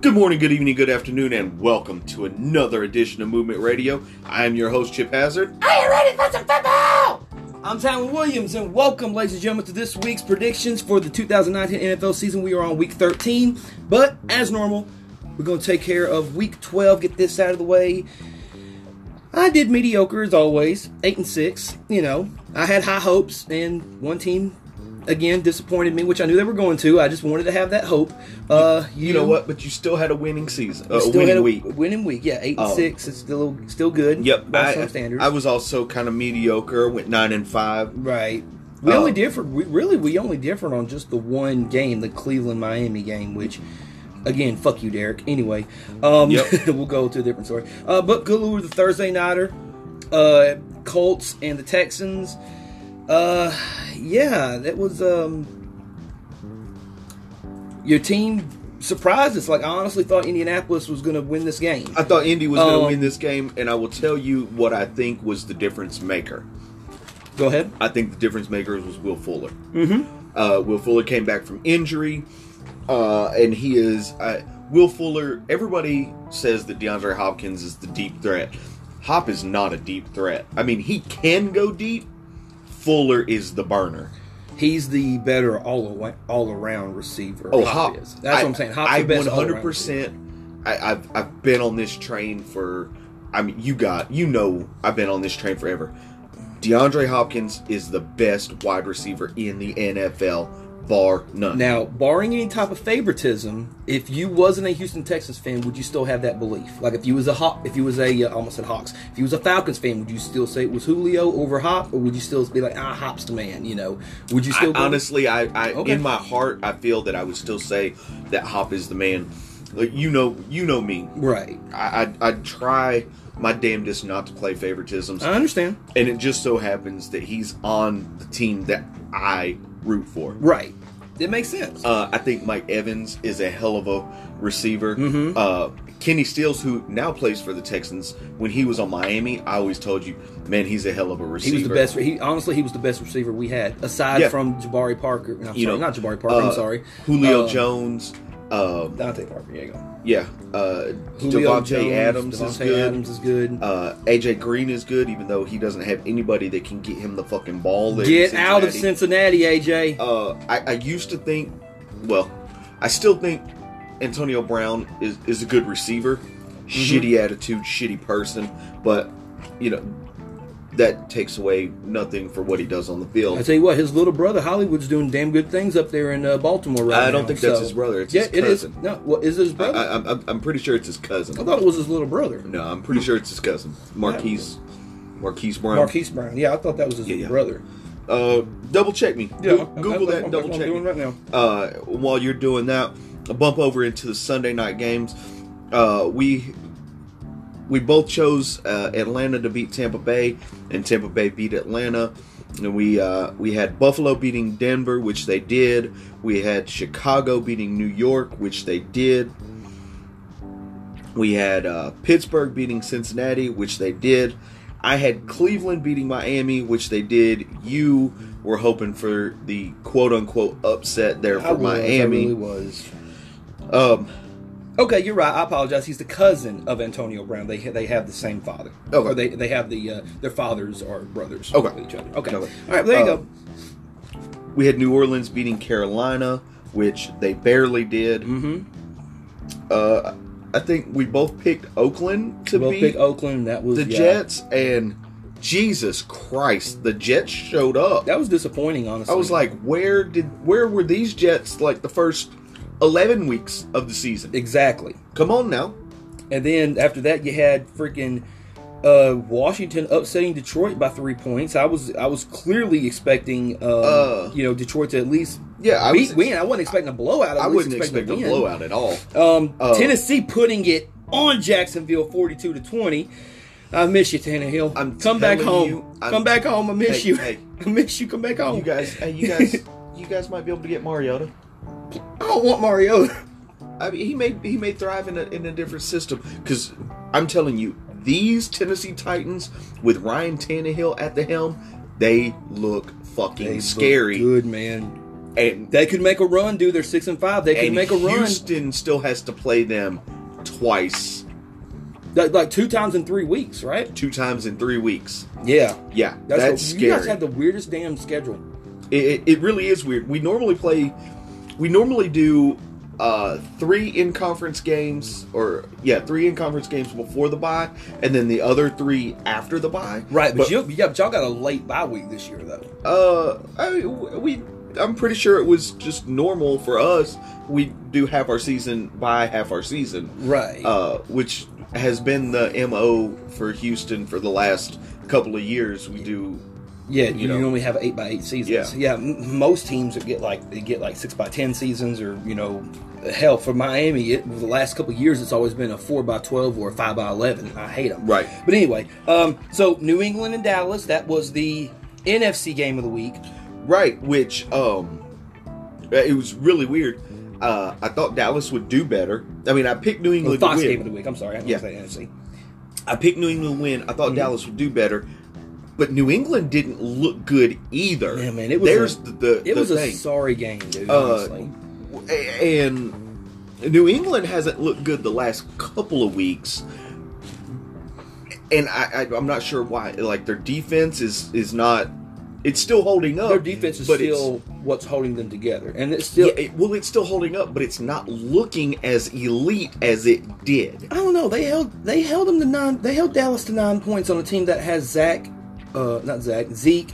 Good morning, good evening, good afternoon, and welcome to another edition of Movement Radio. I am your host, Chip Hazard. Are you ready for some football? I'm Tyron Williams, and welcome, ladies and gentlemen, to this week's predictions for the 2019 NFL season. We are on week 13, but as normal, we're going to take care of week 12, get this out of the way. I did mediocre as always, 8 and 6. You know, I had high hopes, and one team again disappointed me, which I knew they were going to. I just wanted to have that hope. Uh, You know what? But you still had a winning season, uh, Still a winning had a week. Winning week, yeah. Eight and Oh. six is still still good. Yep. by I, some standards. I was also kind of mediocre. Went nine and five. Right. We Uh, only differed. We really we only differed on just the one game, the Cleveland Miami game, which. Again, fuck you, Derek. Anyway, um, Yep. we'll go to a different story. Uh, but good lord, the Thursday nighter, uh, Colts and the Texans. Uh, yeah, that was um, your team surprised us. Like I honestly thought Indianapolis was going to win this game. I thought Indy was going to Um, win this game, and I will tell you what I think was the difference maker. Go ahead. I think the difference maker was Will Fuller. Mm-hmm. Uh, Will Fuller came back from injury, uh, and he is uh, Will Fuller. Everybody says that DeAndre Hopkins is the deep threat. Hop is not a deep threat. I mean, he can go deep. Fuller is the burner. He's the better all all around receiver. Oh, Hop Hop. is. That's I- what I'm saying. Hop's I the best all-around 100. percent I've I've been on this train for. I mean, you got you know I've been on this train forever. DeAndre Hopkins is the best wide receiver in the NFL, bar none. Now, barring any type of favoritism, if you wasn't a Houston Texans fan, would you still have that belief? Like if you was a Hawk, if you was a uh, I almost said Hawks, if you was a Falcons fan, would you still say it was Julio over Hop, or would you still be like, ah, Hop's the man? You know, would you I, still go- honestly, I, I Okay. in my heart, I feel that I would still say that Hop is the man. Like, you know, you know me. right? I, I I try my damnedest not to play favoritisms, I understand, and it just so happens that he's on the team that I root for. right? It makes sense. Uh, I think Mike Evans is a hell of a receiver. Mm-hmm. Uh, Kenny Stills, who now plays for the Texans, when he was on Miami, I always told you, man, he's a hell of a he receiver. was the best. He honestly, he was the best receiver we had, aside Yeah. from Jabari Parker. No, I'm You sorry, know, not Jabari Parker. uh, I'm sorry, Julio Uh, Jones. Um, Dante Parker. Yeah, you go. Yeah, uh, Julio Devontae Jones, Adams is Devontae good. Adams is good. Uh, AJ Green is good, even though he doesn't have anybody that can get him the fucking ball. there in Get out of Cincinnati. Cincinnati, AJ. Uh, I, I used to think, well, I still think Antonio Brown is, is a good receiver. Mm-hmm. Shitty attitude, shitty person, but you know that takes away nothing for what he does on the field. I tell you what, his little brother Hollywood's doing damn good things up there in uh, Baltimore right now. I don't think that's so- his brother, it's yeah, his it is. cousin. No, well, is it his I, brother? I, I, I'm, I'm pretty sure it's his cousin. thought it was his little brother, No, I'm pretty sure it's his cousin, Marquise. Marquise Brown. Marquise Brown. Yeah, I thought that was his Yeah, yeah. brother. Uh, double check me. Yeah, Go- Google that's that. what- Double that's what check I'm doing me. right now. Uh, while you're doing that, a bump over into the Sunday night games. Uh, we we both chose uh, Atlanta to beat Tampa Bay, and Tampa Bay beat Atlanta. And we uh, we had Buffalo beating Denver, which they did. We had Chicago beating New York, which they did. We had uh, Pittsburgh beating Cincinnati, which they did. I had Cleveland beating Miami, which they did. You were hoping for the quote unquote upset there for I was, I Miami. really was. Um, Okay, you're right. I apologize. He's the cousin of Antonio Brown. They they have the same father. Okay. Or they they have the uh, their fathers are brothers. Okay. with each other. Okay. Okay. All right. There you Uh, go. we had New Orleans beating Carolina, which they barely did. Mm-hmm. Uh, I think we both picked Oakland to Well, beat big Oakland. That was the yeah. Jets, and Jesus Christ, the Jets showed up. That was disappointing. Honestly, I was like, where did where were these Jets like the first eleven weeks of the season? exactly. Come on now. And then after that, you had freaking uh, Washington upsetting Detroit by three points. I was I was clearly expecting um, Uh. you know Detroit to at least Yeah, I beat, was- win. I wasn't expecting a blowout. I at least wouldn't expecting expect a win. blowout at all. Um, Uh. Tennessee putting it on Jacksonville, forty-two to twenty. I miss you, Tannehill. I'm Come back telling home. you, I'm- Come back home. I miss Hey, you. hey. I miss you. Come back home. You guys, hey, you guys, you guys might be able to get Mariota. I don't want Mario. I mean, he may he may thrive in a in a different system because I'm telling you, these Tennessee Titans with Ryan Tannehill at the helm, they look fucking scary. Good man. and They could make a run, dude. They're six and five. They could and make a run, Houston still has to play them twice, like, like two times in three weeks, right? two times in three weeks. Yeah, Yeah, that's, that's, the, scary. You guys have the weirdest damn schedule. it, it really is weird. We normally play, we normally do uh, three in conference games, or yeah, three in conference games before the bye, and then the other three after the bye. Right, but, but you, yeah, but y'all got a late bye week this year, though. uh, I mean, we, I'm pretty sure it was just normal for us. We do half our season by half our season, Right. uh, which has been the mo for Houston for the last couple of years. We do yeah, you, you know. normally have eight by eight seasons. Yeah, m- most teams that get like they get like six by ten seasons, or you know, hell for Miami, it, the last couple of years it's always been a four by twelve or a five by eleven. I hate them. Right. But anyway, um, so New England and Dallas, that was the NFC game of the week. Right, which um it was really weird. Uh I thought Dallas would do better. I mean, I picked New The England to Fox win. game of the week. I'm sorry, I didn't Yeah. say NFC. I picked New England to win. I Mhm. thought Dallas would do better. But New England didn't look good either. Yeah, man, it was There's a- the, the It the was a thing. sorry game, dude. Uh, honestly. A- and New England hasn't looked good the last couple of weeks, and I, I I'm not sure why. Like their defense is is not, it's still holding up. Their defense is but it's- still what's holding them together, and it's still. yeah, it, well, it's still holding up, but it's not looking as elite as it did. I don't know. They held they held them to nine. They held Dallas to nine points on a team that has Zach, uh, not Zach, Zeke,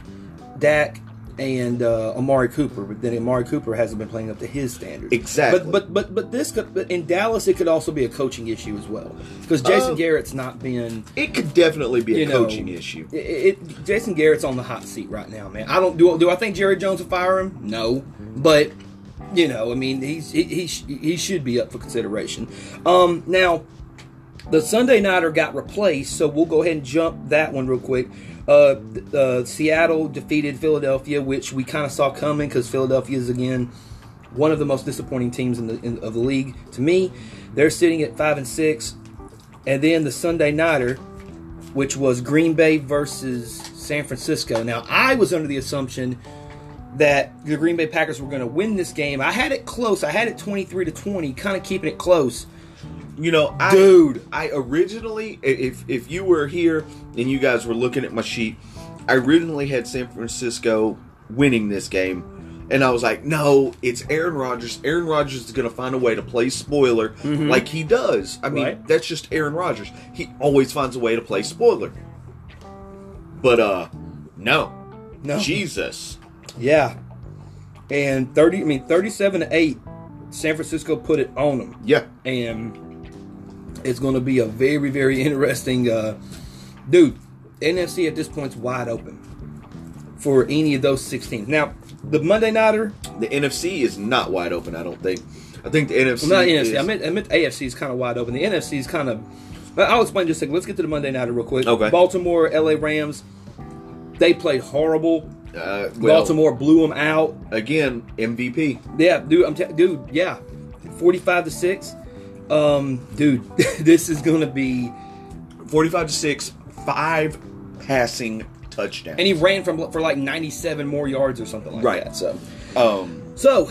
Dak, and uh, Amari Cooper. But then Amari Cooper hasn't been playing up to his standards. Exactly. But but but but this could but in Dallas it could also be a coaching issue as well because Jason Uh, Garrett's not been. It could definitely be a You know, coaching issue. It, it, Jason Garrett's on the hot seat right now, man. I don't do. Do I think Jerry Jones will fire him? No, but you know, I mean, he's he he, sh- he should be up for consideration. Um, now the Sunday nighter got replaced, so we'll go ahead and jump that one real quick. Uh, th- uh, Seattle defeated Philadelphia, which we kind of saw coming because Philadelphia is again one of the most disappointing teams in the in, of the league to me. They're sitting at five and six, and then the Sunday nighter, which was Green Bay versus San Francisco. Now I was under the assumption that the Green Bay Packers were going to win this game. I had it close. I had it twenty three to twenty, kind of keeping it close. You know, I, Dude. I originally, i- if if you were here and you guys were looking at my sheet, I originally had San Francisco winning this game, and I was like, no, it's Aaron Rodgers. Aaron Rodgers is going to find a way to play spoiler like he does. I mean, Mm-hmm. Right. that's just Aaron Rodgers. He always finds a way to play spoiler. But uh, no, No. Jesus. Yeah. And 30, I mean, 37 to 8, San Francisco put it on them. Yeah. And it's going to be a very, very interesting. Uh, dude, NFC at this point's wide open for any of those 16. Now, the Monday Nighter, The NFC is not wide open, I don't think. I think the NFC. well, not is, NFC, I meant, I meant the AFC is kind of wide open. The NFC is kind of. I'll explain just a second. Let's get to the Monday Nighter real quick. Okay. Baltimore, LA Rams, they played horrible. uh, well, Baltimore blew them out. Again, MVP. Yeah, dude, I'm t- dude, yeah, forty-five to six. Um, dude, this is gonna be. 45 to 6, five passing touchdowns. And he ran from for like ninety-seven more yards or something like Right. that. So, um, so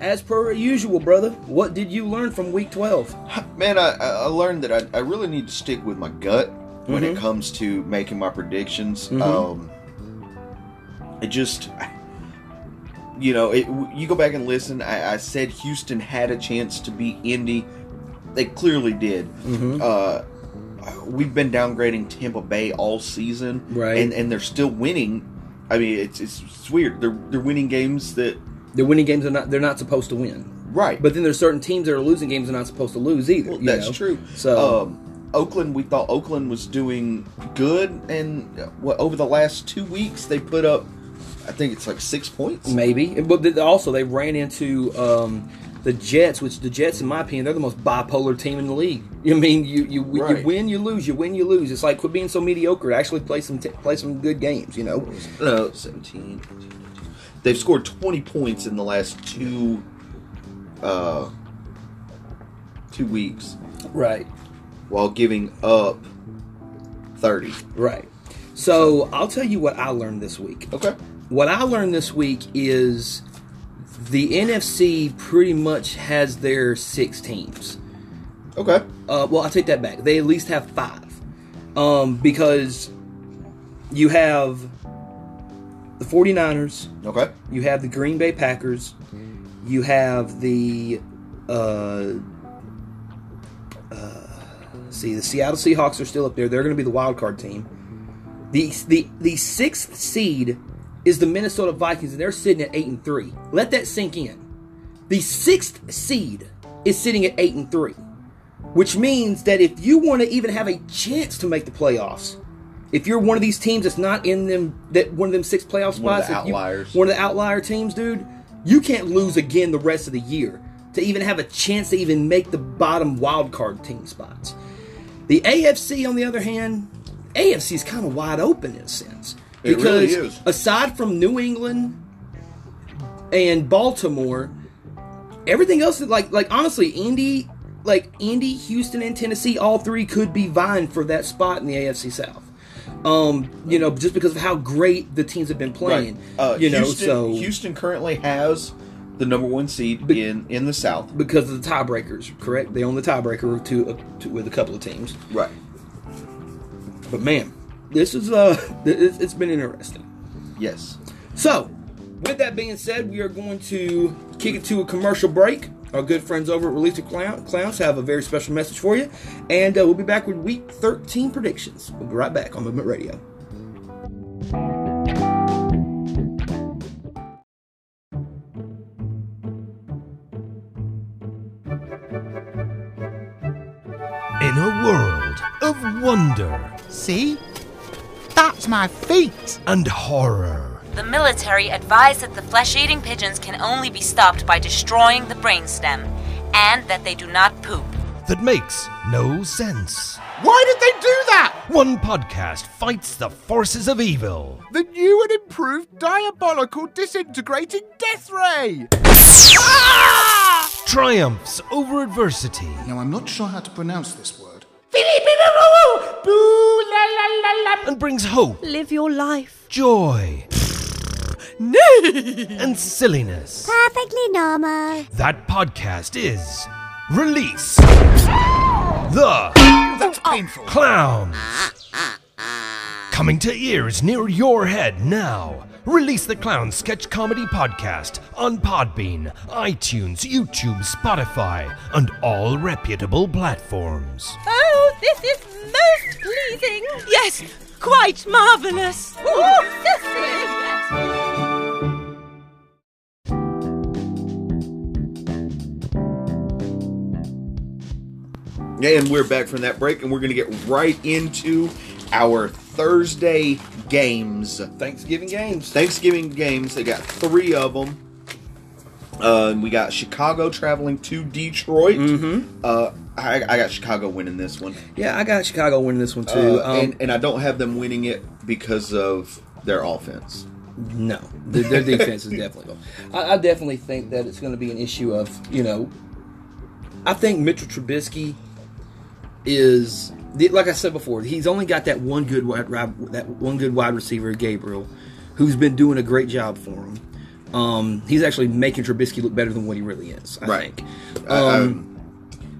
as per usual, brother, what did you learn from Week Twelve? man, I, I I learned that I, I really need to stick with my gut when it Mm-hmm. comes to making my predictions. Um, it just. You know, it, you go back and listen. I, I said Houston had a chance to beat Indy. They clearly did. Mm-hmm. Uh, we've been downgrading Tampa Bay all season, Right. And and they're still winning. I mean, it's it's, it's weird. They're they're winning games that They're winning games they're not they're not supposed to win, right, but then there's certain teams that are losing games they're not supposed to lose either. Well, you that's know? true. So, um, Oakland, we thought Oakland was doing good, and uh, what over the last two weeks they put up, I think it's like six points. Maybe, but th- also they ran into um, the Jets, which the Jets, in my opinion, they're the most bipolar team in the league. I mean, you you, you Right. win, you lose, you win, you lose. It's like quit being so mediocre. Actually, play some t- play some good games. You know, No, 17. They've scored 20 points in the last two uh, two weeks right, while giving up 30. right. So I'll tell you what I learned this week. Okay. What I learned this week is the NFC pretty much has their six teams. Okay. Uh, well, I take that back. They at least have five, um, because you have the 49ers, Okay. you have the Green Bay Packers, you have the uh, uh, see the Seattle Seahawks are still up there. They're going to be the wild card team. The the the sixth seed is the Minnesota Vikings, and they're sitting at eight and three. Let that sink in. The sixth seed is sitting at eight and three, which means that if you want to even have a chance to make the playoffs, if you're one of these teams that's not in them, that one of them six playoff spots, One of the if you- outliers. one of the outlier teams, dude, you can't lose again the rest of the year to even have a chance to even make the bottom wild card team spots. The AFC, on the other hand, AFC is kind of wide open in a sense It really because is. aside from New England and Baltimore, everything else is like like honestly, Indy, like Indy, Houston, and Tennessee, all three could be vying for that spot in the AFC South. Um, you know, just because of how great the teams have been playing. Uh, you know, Houston, so Houston currently has the number one seed in in the South. because of the tiebreakers, correct? They own the tiebreaker to, uh, to with a couple of teams. Right. But man, this is uh, it's, it's been interesting. Yes. So, with that being said, we are going to kick it to a commercial break. Our good friends over at Release the Clown, Clowns have a very special message for you, and uh, we'll be back with Week 13 predictions. We'll be right back on Movement Radio. In a world of wonder See? That's my feet. and horror, The military advised that the flesh eating pigeons can only be stopped by destroying the brainstem and that they do not poop. that makes no sense. Why did they do that? One podcast fights the forces of evil. The new and improved diabolical disintegrating death ray. Ah! triumphs over adversity Now, I'm not sure how to pronounce this word. and brings hope, Live your life. joy, and silliness. Perfectly normal. That podcast is Release the That's painful. Clowns. Coming to ears near your head now. Release the Clown Sketch Comedy Podcast on Podbean, iTunes, YouTube, Spotify, and all reputable platforms. Oh, this is most pleasing. Yes, quite marvelous. And we're back from that break, and we're going to get right into our Thursday games. Thanksgiving games. Thanksgiving games. They got three of them. Uh, and we got Chicago traveling to Detroit. Mm-hmm. Uh, I, I got Chicago winning this one, Yeah, I got Chicago winning this one too. Uh, um, and, and I don't have them winning it because of their offense. No, their, their defense is definitely going. I, I definitely think that it's going to be an issue of you know. I think Mitchell Trubisky is the- like I said before. He's only got that one good wide ri- that one good wide receiver, Gabriel, who's been doing a great job for him. Um, he's actually making Trubisky look better than what he really is. I Right. Think. I- I- Um,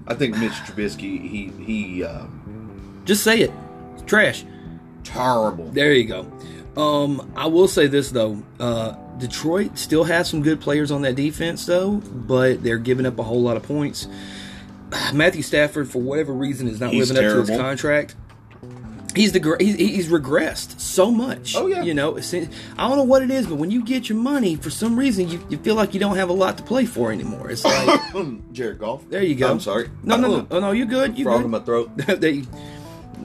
I think Mitch Trubisky, he he uh, just say it. It's trash. terrible. There you go. Um, I will say this though, uh, Detroit still has some good players on that defense though, but they're giving up a whole lot of points. Matthew Stafford, for whatever reason, is not He's living up to his terrible. contract. He's the he's, he's regressed so much. Oh, yeah. you know. since- I don't know what it is, but when you get your money, for some reason, you, you feel like you don't have a lot to play for anymore. It's like Jared Goff. there you go. I'm sorry. No, no, no, Oh, oh, no. You good? You frog good. in my throat. They-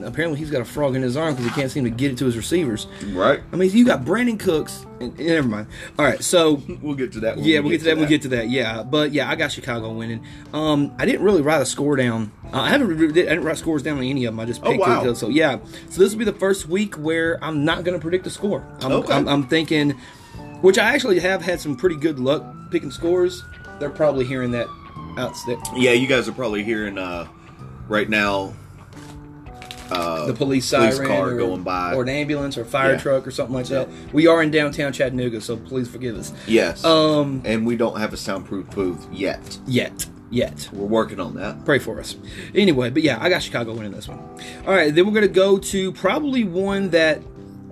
apparently, he's got a frog in his arm because he can't seem to get it to his receivers. Right. I mean, you got Brandon Cooks. And, and never mind. All right, so We'll get to that. When yeah, we'll get to that. We'll get to that. Yeah, but yeah, I got Chicago winning. Um, I didn't really write a score down. Uh, I haven't. Re- I didn't write scores down on any of them. I just Oh, picked. wow. it. So yeah, so this will be the first week where I'm not going to predict a score. I'm, Okay. I'm, I'm thinking, which I actually have had some pretty good luck picking scores. They're probably hearing that. Out there. Yeah, you guys are probably hearing uh, right now. uh, the police police siren car or, going by. or an ambulance or fire Yeah. truck or something like that. We are in downtown Chattanooga, so please forgive us. yes. Um, and we don't have a soundproof booth yet. yet, yet. We're working on that. Pray for us. Anyway, but yeah, I got Chicago winning this one. All right, then we're gonna go to probably one that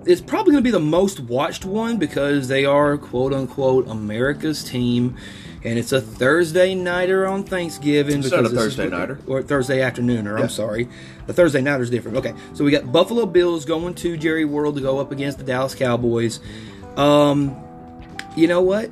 is probably gonna be the most watched one because they are quote unquote America's team. And it's a Thursday nighter on Thanksgiving. It's not a because this is Thursday what they- nighter. or Thursday afternoon, or Yeah. I'm sorry, the Thursday night is different. Okay, so we got Buffalo Bills going to Jerry World to go up against the Dallas Cowboys. Um, you know what?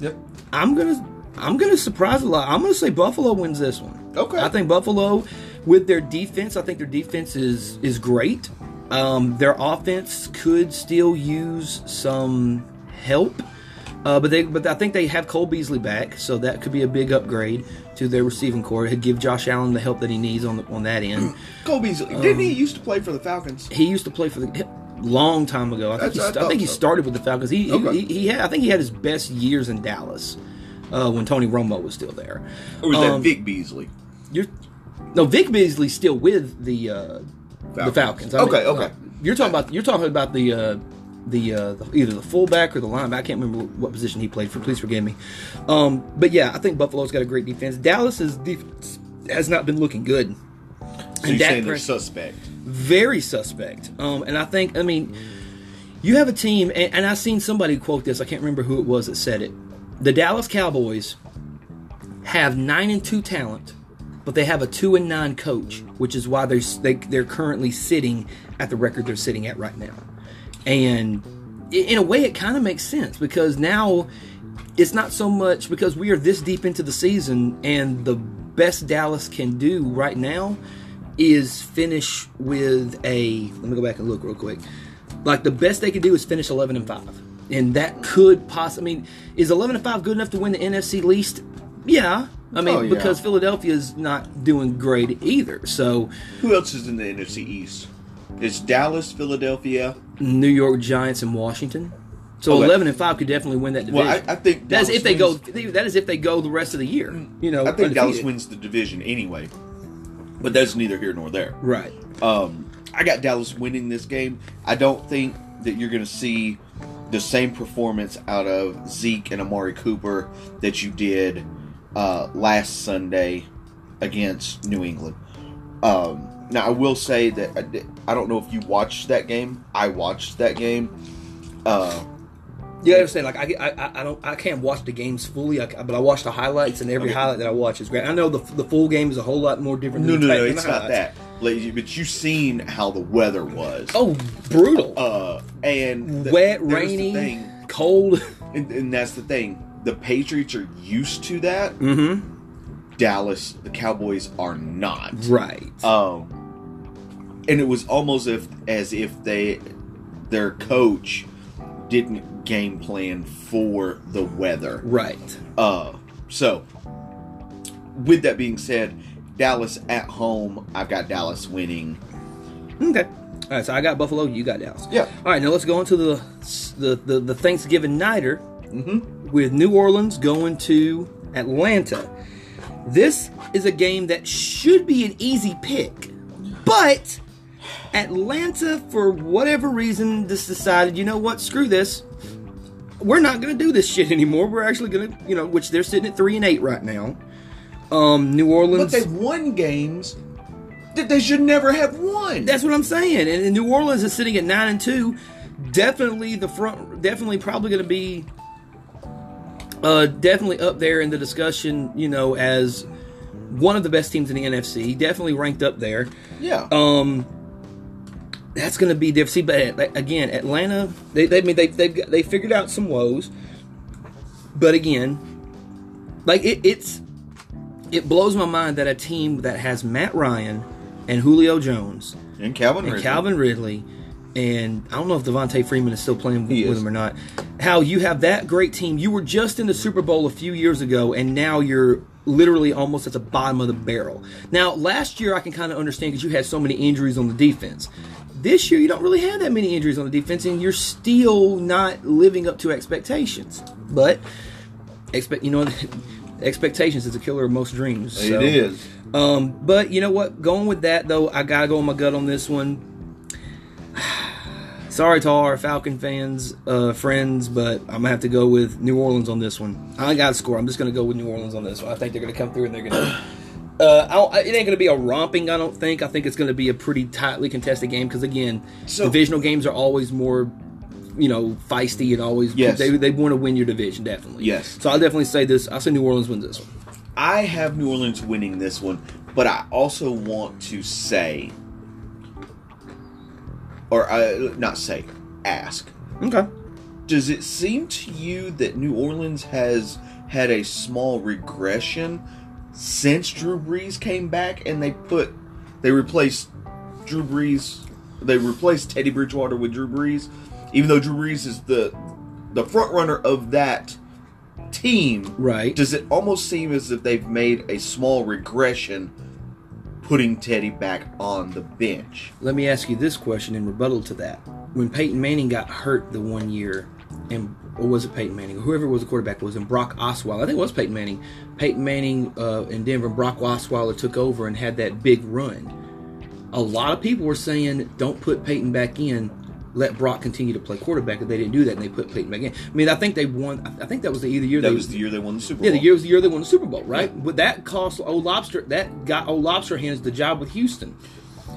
Yep. I'm gonna I'm gonna surprise a lot. I'm gonna say Buffalo wins this one. Okay. I think Buffalo with their defense, I think their defense is is great. Um, their offense could still use some help. Uh, but they, but I think they have Cole Beasley back, so that could be a big upgrade to their receiving core. It'd give Josh Allen the help that he needs on the, on that end. Cole Beasley, Um, didn't he used to play for the Falcons? he used to play for the long time ago. I That's- think, he, I st- I thought think he so. started with the Falcons. He, he- Okay. he, he, had, I think he had his best years in Dallas uh, when Tony Romo was still there. Or was Um, that Vic Beasley? You're, no, Vic Beasley's still with the uh, the Falcons. I mean, Okay, okay. uh, you're talking about you're talking about the uh, the, uh, the either the fullback or the linebacker. I can't remember what position he played for. Please forgive me. Um, but yeah, I think Buffalo's got a great defense. Dallas's defense has not been looking good. So you're Dak saying they're Pres- suspect. very suspect. Um, and I think, I mean, you have a team, and, and I've seen somebody quote this. I can't remember who it was that said it. The Dallas Cowboys have nine and two talent, but they have a two and nine coach, which is why they're s- they, they're currently sitting at the record they're sitting at right now. And i- in a way, it kind of makes sense because now it's not so much because we are this deep into the season, and the best Dallas can do right now is finish with a. Let me go back and look real quick. Like the best they could do is finish eleven and five, and that could possibly. I mean, is eleven and five good enough to win the NFC least? Yeah, I mean Oh, yeah. because Philadelphia's not doing great either. So Who else is in the NFC East? It's Dallas, Philadelphia. New York Giants and Washington. So Okay. eleven and five could definitely win that division. Well, I, I think that's Dallas if they wins- go. That is if they go the rest of the year. You know, I think Dallas Oh, undefeated. wins the division anyway, but that's neither here nor there. Right. Um, I got Dallas winning this game. I don't think that you're going to see the same performance out of Zeke and Amari Cooper that you did uh, last Sunday against New England. Um, now, I will say that I, di- I don't know if you watched that game. I watched that game. Uh, You gotta understand, like I, I, I don't, I can't watch the games fully, I, but I watch the highlights, and every Okay. highlight that I watch is great. I know the the full game is a whole lot more different. no, than no, the no, than the it's not highlights. that. Lady, But you've seen how the weather was. Oh, brutal, Uh, and the- wet, there's the rainy, thing. cold. And, and that's the thing. The Patriots are used to that. Dallas, the Cowboys are not. Mm-hmm. right. Um, and it was almost if as if they their coach didn't game plan for the weather. right. Uh, so with that being said, Dallas at home, I've got Dallas winning. Okay. All right. So I got Buffalo. You got Dallas. Yeah. All right. Now let's go into the the the, the Thanksgiving nighter Mm-hmm. with New Orleans going to Atlanta. This is a game that should be an easy pick, but Atlanta, for whatever reason, just decided, you know what? Screw this. We're not going to do this shit anymore. We're actually going to, you know, which they're sitting at three and eight right now. Um, New But Orleans. they've won games that they should never have won. That's what I'm saying. And, and New Orleans is sitting at nine and two. Definitely the front. Definitely probably going to be. Uh, definitely up there in the discussion. You know, as one of the best teams in the NFC. Definitely ranked up there. yeah. Um, that's going to be different. See, but like, again, Atlanta, they, they I mean they they they figured out some woes, but again, like it, it's it blows my mind that a team that has Matt Ryan and Julio Jones and Calvin and Ridley. Calvin Ridley, and I don't know if Devontae Freeman is still playing He with is. him or not. How you have that great team? You were just in the Super Bowl a few years ago, and now you're literally almost at the bottom of the barrel. Now, last year I can kind of understand because you had so many injuries on the defense. This year you don't really have that many injuries on the defense, and you're still not living up to expectations. But expect you know Expectations is the killer of most dreams. so. It is. Um, but you know what? Going with that though, I gotta go on my gut on this one. Sorry to all our Falcon fans, uh, friends, but I'm gonna have to go with New Orleans on this one. I ain't got a score. I'm just gonna go with New Orleans on this one. I think they're gonna come through and they're gonna. Uh, I don't, it ain't gonna be a romping. I don't think. I think it's gonna be a pretty tightly contested game because again, So- divisional games are always more, you know, feisty and always Yes. they they want to win your division definitely. Yes. So I definitely say this. I say New Orleans wins this one. I have New Orleans winning this one, but I also want to say, or I, not say, ask. Okay. Does it seem to you that New Orleans has had a small regression since Drew Brees came back and they put, they replaced Drew Brees, they replaced Teddy Bridgewater with Drew Brees, even though Drew Brees is the the front runner of that team. Right. Does it almost seem as if they've made a small regression putting Teddy back on the bench? Let me ask you this question in rebuttal to that. When Peyton Manning got hurt the one year, and or was it Peyton Manning? Whoever was the quarterback was, and Brock Osweiler. I think it was Peyton Manning. Peyton Manning uh, in Denver, Brock Osweiler took over and had that big run. A lot of people were saying, "Don't put Peyton back in. Let Brock continue to play quarterback." But they didn't do that, and they put Peyton back in. I mean, I think they won. I- I think that was the either year That they was the year they won the Super Bowl. yeah, the year was the year they won the Super Bowl, right? But that cost Old Lobster. That got Old Lobster hands the job with Houston.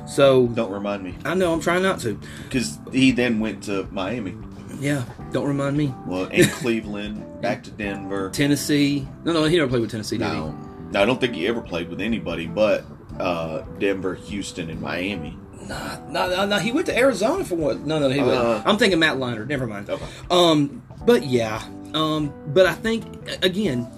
So Don't remind me, I know I'm trying not to. because he then went to Miami. Yeah, don't remind me. Well, in Cleveland, back to Denver. Tennessee. No, no, he never played with Tennessee, did No, no, I don't think he ever played with anybody but uh, Denver, Houston, and Miami. he? No, no, no. He went to Arizona for what? No, no, he went. Uh. I'm thinking Matt Liner. Never mind. Okay. Um, but yeah. Um, but I think a- again,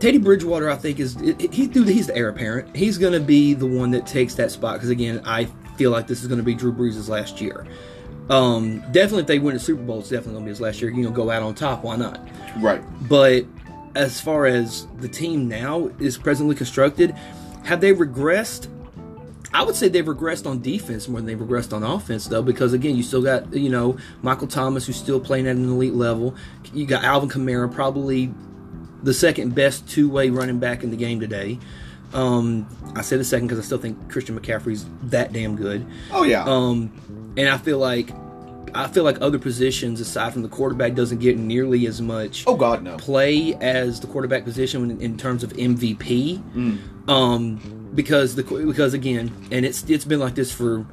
Teddy Bridgewater, I think is it- it- he, dude. He's the heir apparent. He's gonna be the one that takes that spot because again, I feel like this is gonna be Drew Brees' last year. Um, definitely, if they win the Super Bowl, it's definitely gonna be his last year. You know, go out on top. Why not? Right. But as far as the team now is presently constructed, have they regressed? I would say they've regressed on defense more than they've regressed on offense, though, because again, you still got you know Michael Thomas who's still playing at an elite level. You got Alvin Kamara, probably the second best two way running back in the game today. Um, I said a second because I still think Christian McCaffrey's that damn good. Oh yeah. Um, and I feel like I feel like other positions aside from the quarterback doesn't get nearly as much oh God, no. play as the quarterback position in, in terms of MVP. Mm. Um, because the because again, and it's it's been like this for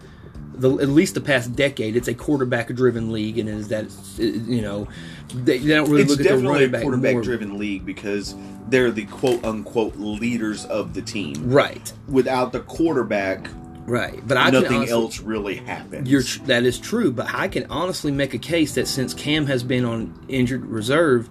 the at least the past decade. It's a quarterback driven league, and is that you know they, they don't really It's look at the definitely running a back more. quarterback-driven league because they're the quote-unquote leaders of the team. Right, Without the quarterback, right. But I nothing can honestly, else really happens. You're tr- that is true, but I can honestly make a case that since Cam has been on injured reserve,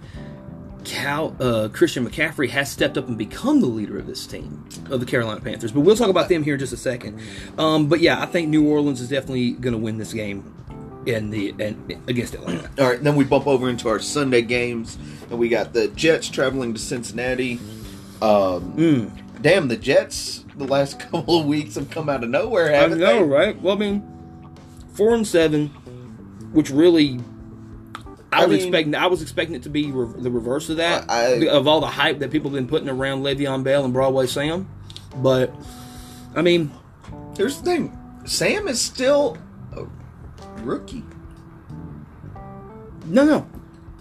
Cal uh, Christian McCaffrey has stepped up and become the leader of this team of the Carolina Panthers. But we'll talk about them here in just a second. Um, but yeah, I think New Orleans is definitely going to win this game in the and against Atlanta. All right, then we bump over into our Sunday games, and we got the Jets traveling to Cincinnati. Um, Hmm. Damn, the Jets the last couple of weeks have come out of nowhere, haven't they? right? Well, I mean, four and seven, which really. I, I was mean- expecting. I was expecting it to be re- the reverse of that, I- I- of all the hype that people have been putting around Le'Veon Bell and Broadway Sam. But I mean, Here's the thing Sam is still a rookie. no, no,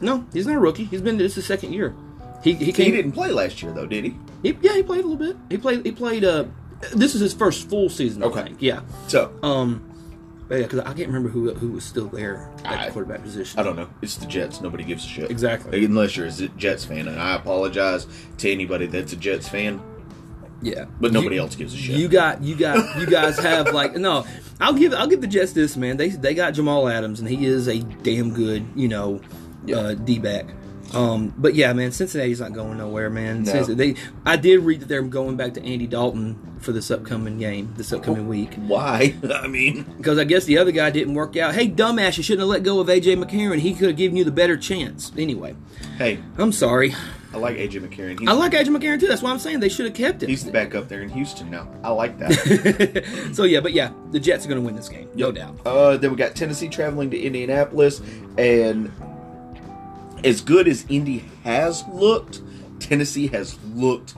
no. He's not a rookie. He's been this is his second year. He he came. He didn't play last year, though, did he? he- yeah, he played a little bit. He played. He played. Uh, this is his first full season. I Okay. think. Yeah. So, Um. But yeah, because I can't remember who who was still there at I- the quarterback position. I don't know. It's the Jets. Nobody gives a shit. Exactly. Unless you're a Z- Jets fan, and I apologize to anybody that's a Jets fan, Yeah. but nobody You- else gives a shit. You got, you got, you guys have like no. I'll give, I'll give the Jets this man. They they got Jamal Adams and he is a damn good, you know, uh, D back. Um, but yeah, man, Cincinnati's not going nowhere, man. No. Cinci- they, I did read that they're going back to Andy Dalton for this upcoming game, this upcoming week, Why? I mean, because I guess the other guy didn't work out. Hey, dumbass, you shouldn't have let go of AJ McCarron. He could have given you the better chance. Anyway, hey, I'm sorry. I like AJ McCarron. He's, I like AJ McCarron too. That's why I'm saying they should have kept it. he's back up there in Houston now. I like that. so yeah, but yeah, the Jets are going to win this game, no doubt. Uh, then we got Tennessee traveling to Indianapolis, and as good as Indy has looked, Tennessee has looked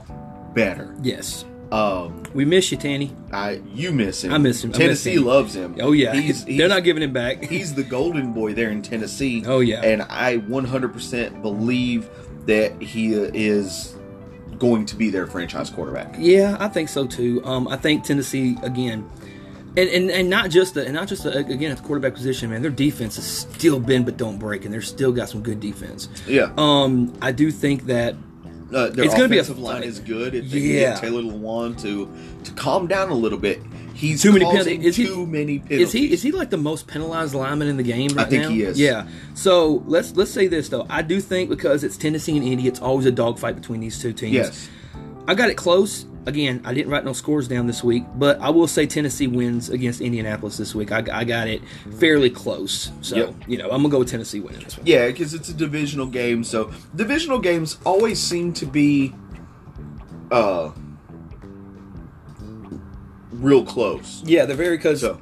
better. Yes. Um, We miss you, Tanny. I you miss him. I miss him. I miss Tennessee him. loves him. Oh yeah, he's, they're he's- not giving him back. He's the golden boy there in Tennessee. Oh, yeah. and I 100% believe that he is going to be their franchise quarterback. Yeah, I think so too. Um, I think Tennessee again, and and, and not just the, and not just the, again at the quarterback position, man. Their defense has still been but don't break, and they're still got some good defense. Yeah, Um, I do think that uh, their it's gonna be a offensive line fight. is good. If they can Yeah. get Taylor Lewan to to calm down a little bit, he's too many causing penalties. Is he- too many penalties. is he is he like the most penalized lineman in the game right think now? he is. Yeah. So let's let's say this though. I do think because it's Tennessee and Indy, it's always a dogfight between these two teams. Yes. I got it close. Again, I didn't write no scores down this week, but I will say Tennessee wins against Indianapolis this week. I, I got it fairly close. So, Yep. you know, I'm going to go with Tennessee winning this one. Yeah, because it's a divisional game. So divisional games always seem to be uh real close. Yeah, they're very close. So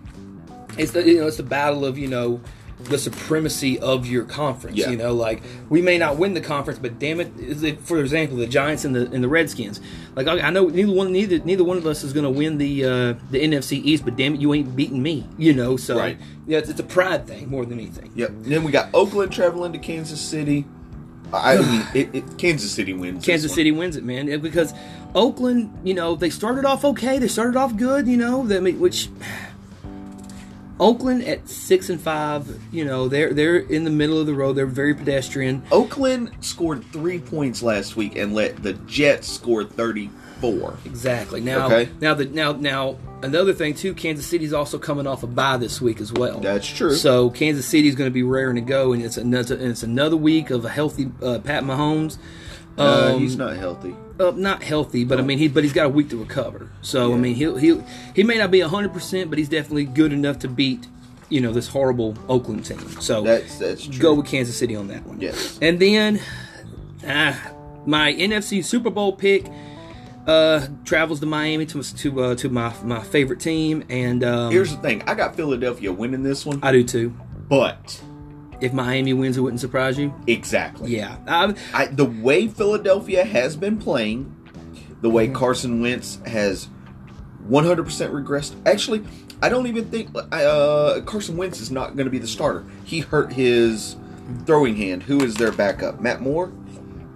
it's the you know it's the battle of you know the supremacy of your conference. Yeah. You know, like we may not win the conference, but damn it, is it for example, the Giants and the and the Redskins. Like I, I know neither one neither neither one of us is going to win the uh, the NFC East, but damn it, you ain't beating me. You know, so Right. yeah, it's, it's a pride thing more than anything. yep. And then we got Oakland traveling to Kansas City. I mean, it, it, Kansas City wins. Kansas this one. City wins it, man, It- because Oakland, you know, they started off okay. They started off good, you know. They, I mean, which Oakland at six and five, you know, they're they're in the middle of the road. They're very pedestrian. Oakland scored three points last week and let the Jets score thirty-four. Exactly. Now, Okay. now the now now another thing too. Kansas City's also coming off a bye this week as well. That's true. So Kansas City's going to be raring to go, and it's another and it's another week of a healthy uh, Pat Mahomes. Uh, Um, he's not healthy. uh, not healthy, but I mean he but he's got a week to recover. So I mean he'll he he may not be hundred percent, but he's definitely good enough to beat you know this horrible Oakland team. So That's- that's true. go with Kansas City on that one. Yes. and then ah, my NFC Super Bowl pick uh, travels to Miami to to uh, to my my favorite team, and um, Here's the thing: I got Philadelphia winning this one, I do too. but If Miami wins, it wouldn't surprise you. exactly. Yeah, I, I, the way Philadelphia has been playing, the way Carson Wentz has 100% regressed. Actually, I don't even think uh, Carson Wentz is not going to be the starter. He hurt his throwing hand. Who is their backup? Matt Moore.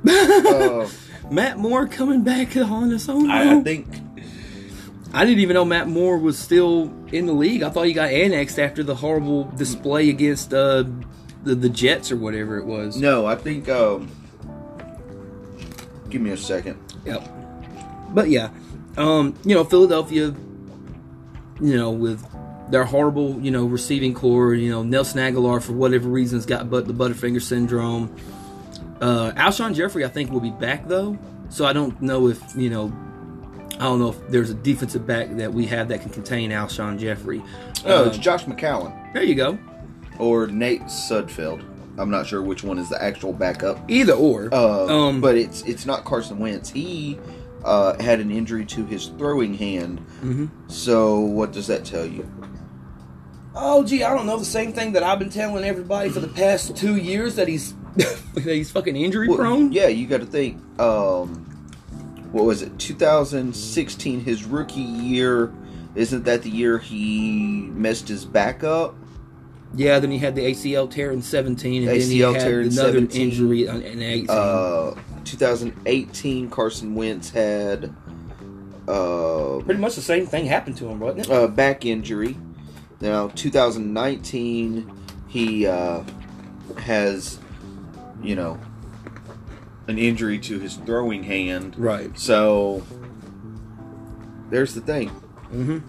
Uh, Matt Moore coming back on his own. I, I think I didn't even know Matt Moore was still in the league. I thought he got annexed after the horrible display against uh, the the Jets or whatever it was. no. I think. Um, give me a second. Yep. But yeah, um, you know Philadelphia, you know with their horrible you know receiving core, you know Nelson Aguilar for whatever reasons got but the Butterfinger syndrome. Uh, Alshon Jeffrey I think will be back though, so I don't know if you know. I don't know if there's a defensive back that we have that can contain Alshon Jeffrey. No, Uh, it's Josh McCown there you go. or Nate Sudfeld. I'm not sure which one is the actual backup. Either or. Uh, Um, but it's it's not Carson Wentz. He uh, had an injury to his throwing hand. Mm-hmm. So what does that tell you? oh, gee, I don't know. The same thing that I've been telling everybody for the past two years that he's that he's fucking injury Well, prone. Yeah, you got to think. Um, what was it? 2016, his rookie year. Isn't that the year he messed his back up? Yeah, Then he had the ACL tear in seventeen, and then he ACL had tear in another 17. injury on- in eighteen. Uh, 2018, Carson Wentz had uh, Pretty much the same thing happened to him, wasn't it? uh, back injury. Now, 2019, he uh, has, you know, an injury to his throwing hand. Right. So, there's the thing. Mm-hmm.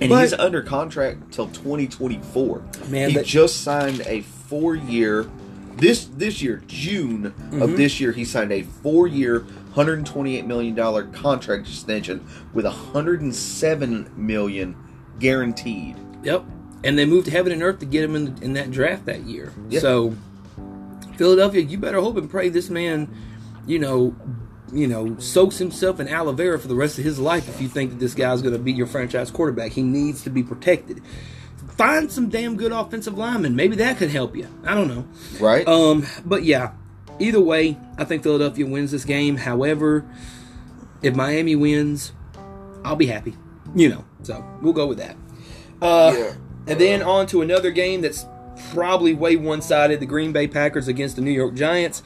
And But- he's under contract till 2024. Man, he that- just signed a four-year. This this year, June Mm-hmm. of this year, he signed a four-year, 128 million dollar contract extension with 107 million guaranteed. Yep. And they moved to heaven and earth to get him in, in that draft that year. Yeah. So, Philadelphia, you better hope and pray this man, you know, you know, soaks himself in aloe vera for the rest of his life. If you think that this guy's going to be your franchise quarterback, he needs to be protected. Find some damn good offensive lineman. Maybe that could help you. I don't know. Right? Um, but yeah, Either way, I think Philadelphia wins this game. However, if Miami wins, I'll be happy. You know, so we'll go with that. Uh, And then on to another game that's probably way one sided the Green Bay Packers against the New York Giants.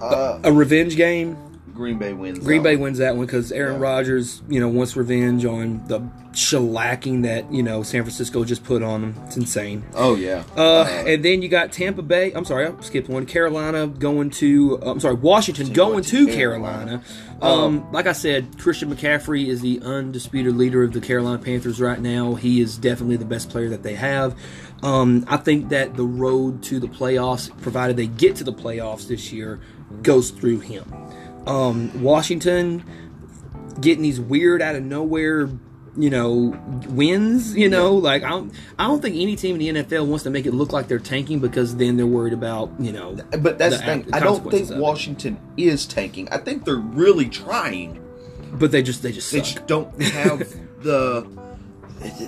a, a revenge game. Green Bay wins. Green that Bay one. wins that one because Aaron Rodgers, you know, wants revenge on the shellacking that, you know, San Francisco just put on them. It's insane. Oh yeah. Uh, and then you got Tampa Bay. I'm sorry, I skipped one. Carolina going to. uh, I'm sorry, Washington going to Carolina. Um, like I said, Christian McCaffrey is the undisputed leader of the Carolina Panthers right now. He is definitely the best player that they have. Um, I think that the road to the playoffs, provided they get to the playoffs this year, goes through him. Um, Washington getting these weird out of nowhere you know wins you know like i don't i don't think any team in the nfl wants to make it look like they're tanking because then they're worried about you know but that's the the thing. ac- I don't consequences think of it. Washington is tanking. I think they're really trying. but they just they just They suck. just don't have the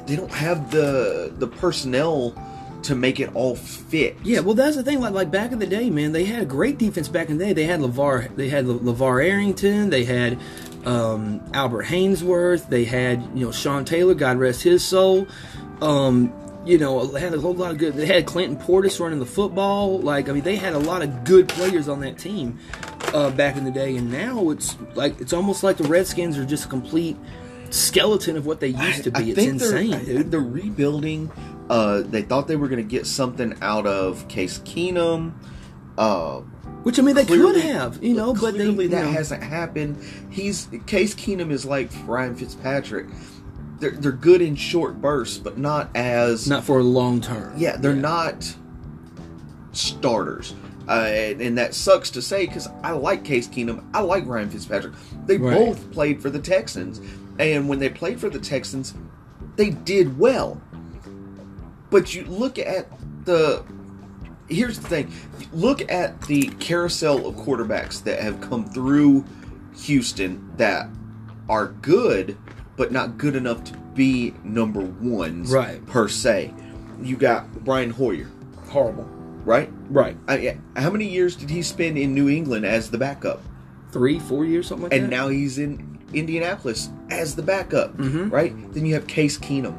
they don't have the the personnel to make it all fit. yeah well that's the thing like like back in the day man they had a great defense back in the day they had levar they had Le- levar arrington they had um albert hainsworth they had you know sean taylor god rest his soul um you know, they had a whole lot of good. They had Clinton Portis running the football. Like, I mean, they had a lot of good players on that team uh, back in the day, and now it's like it's almost like the Redskins are just a complete skeleton of what they used to be. it's they're, insane, I- dude. They're rebuilding. Uh, they thought they were going to get something out of Case Keenum. Uh, Which I mean, they clearly- could have, you know, but they, clearly you that know. hasn't happened. He's Case Keenum is like Ryan Fitzpatrick. They're they're good in short bursts, but not as not for a long term. yeah, they're not starters. Uh, and, and that sucks to say because I like Case Keenum. I like Ryan Fitzpatrick. They Right. both played for the Texans. And when they played for the Texans, they did well. But you look at the. Here's the thing look at the carousel of quarterbacks that have come through Houston that are good, but not good enough to be number ones Right. per se. You got Brian Hoyer, horrible. right? Right, I, I- how many years did he spend in New England as the backup? three, four years, something like And that. now he's in Indianapolis as the backup, Mm-hmm. right? Then you have Case Keenum.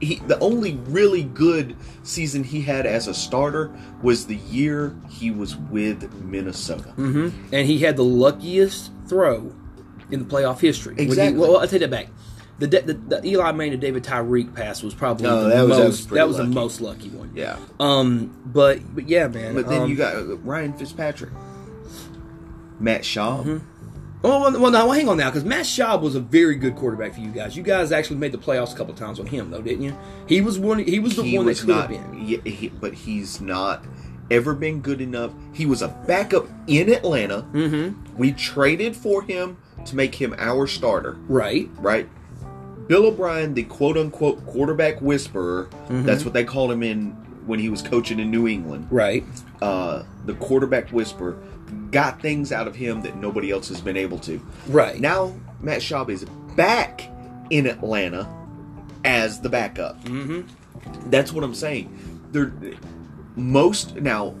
He, the only really good season he had as a starter was the year he was with Minnesota. Mm-hmm. and he had the luckiest throw in the playoff history. When he- Exactly. well, I take that back. The, de- the, the Eli Manning to David Tyreek pass was probably No, the Oh, that was- most that was pretty that was lucky. the most lucky one. Yeah. Um. But but yeah, man. But then um, you got uh, Ryan Fitzpatrick, Matt Shaw. Oh, well, well, now hang on now, because Matt Schaub was a very good quarterback for you guys. You guys actually made the playoffs a couple times on him, though, didn't you? He was one. He was the he one that was could have not, been. yeah, he- but he's not ever been good enough. He was a backup in Atlanta. Mm-hmm. We traded for him to make him our starter, Right. right? Bill O'Brien, the quote unquote quarterback whisperer, that's what they called him in when he was coaching in New England. Right. Uh, the quarterback whisperer got things out of him that nobody else has been able to. Right. Now Matt Schaub is back in Atlanta as the backup. Mm-hmm. That's what I'm saying. They're most now.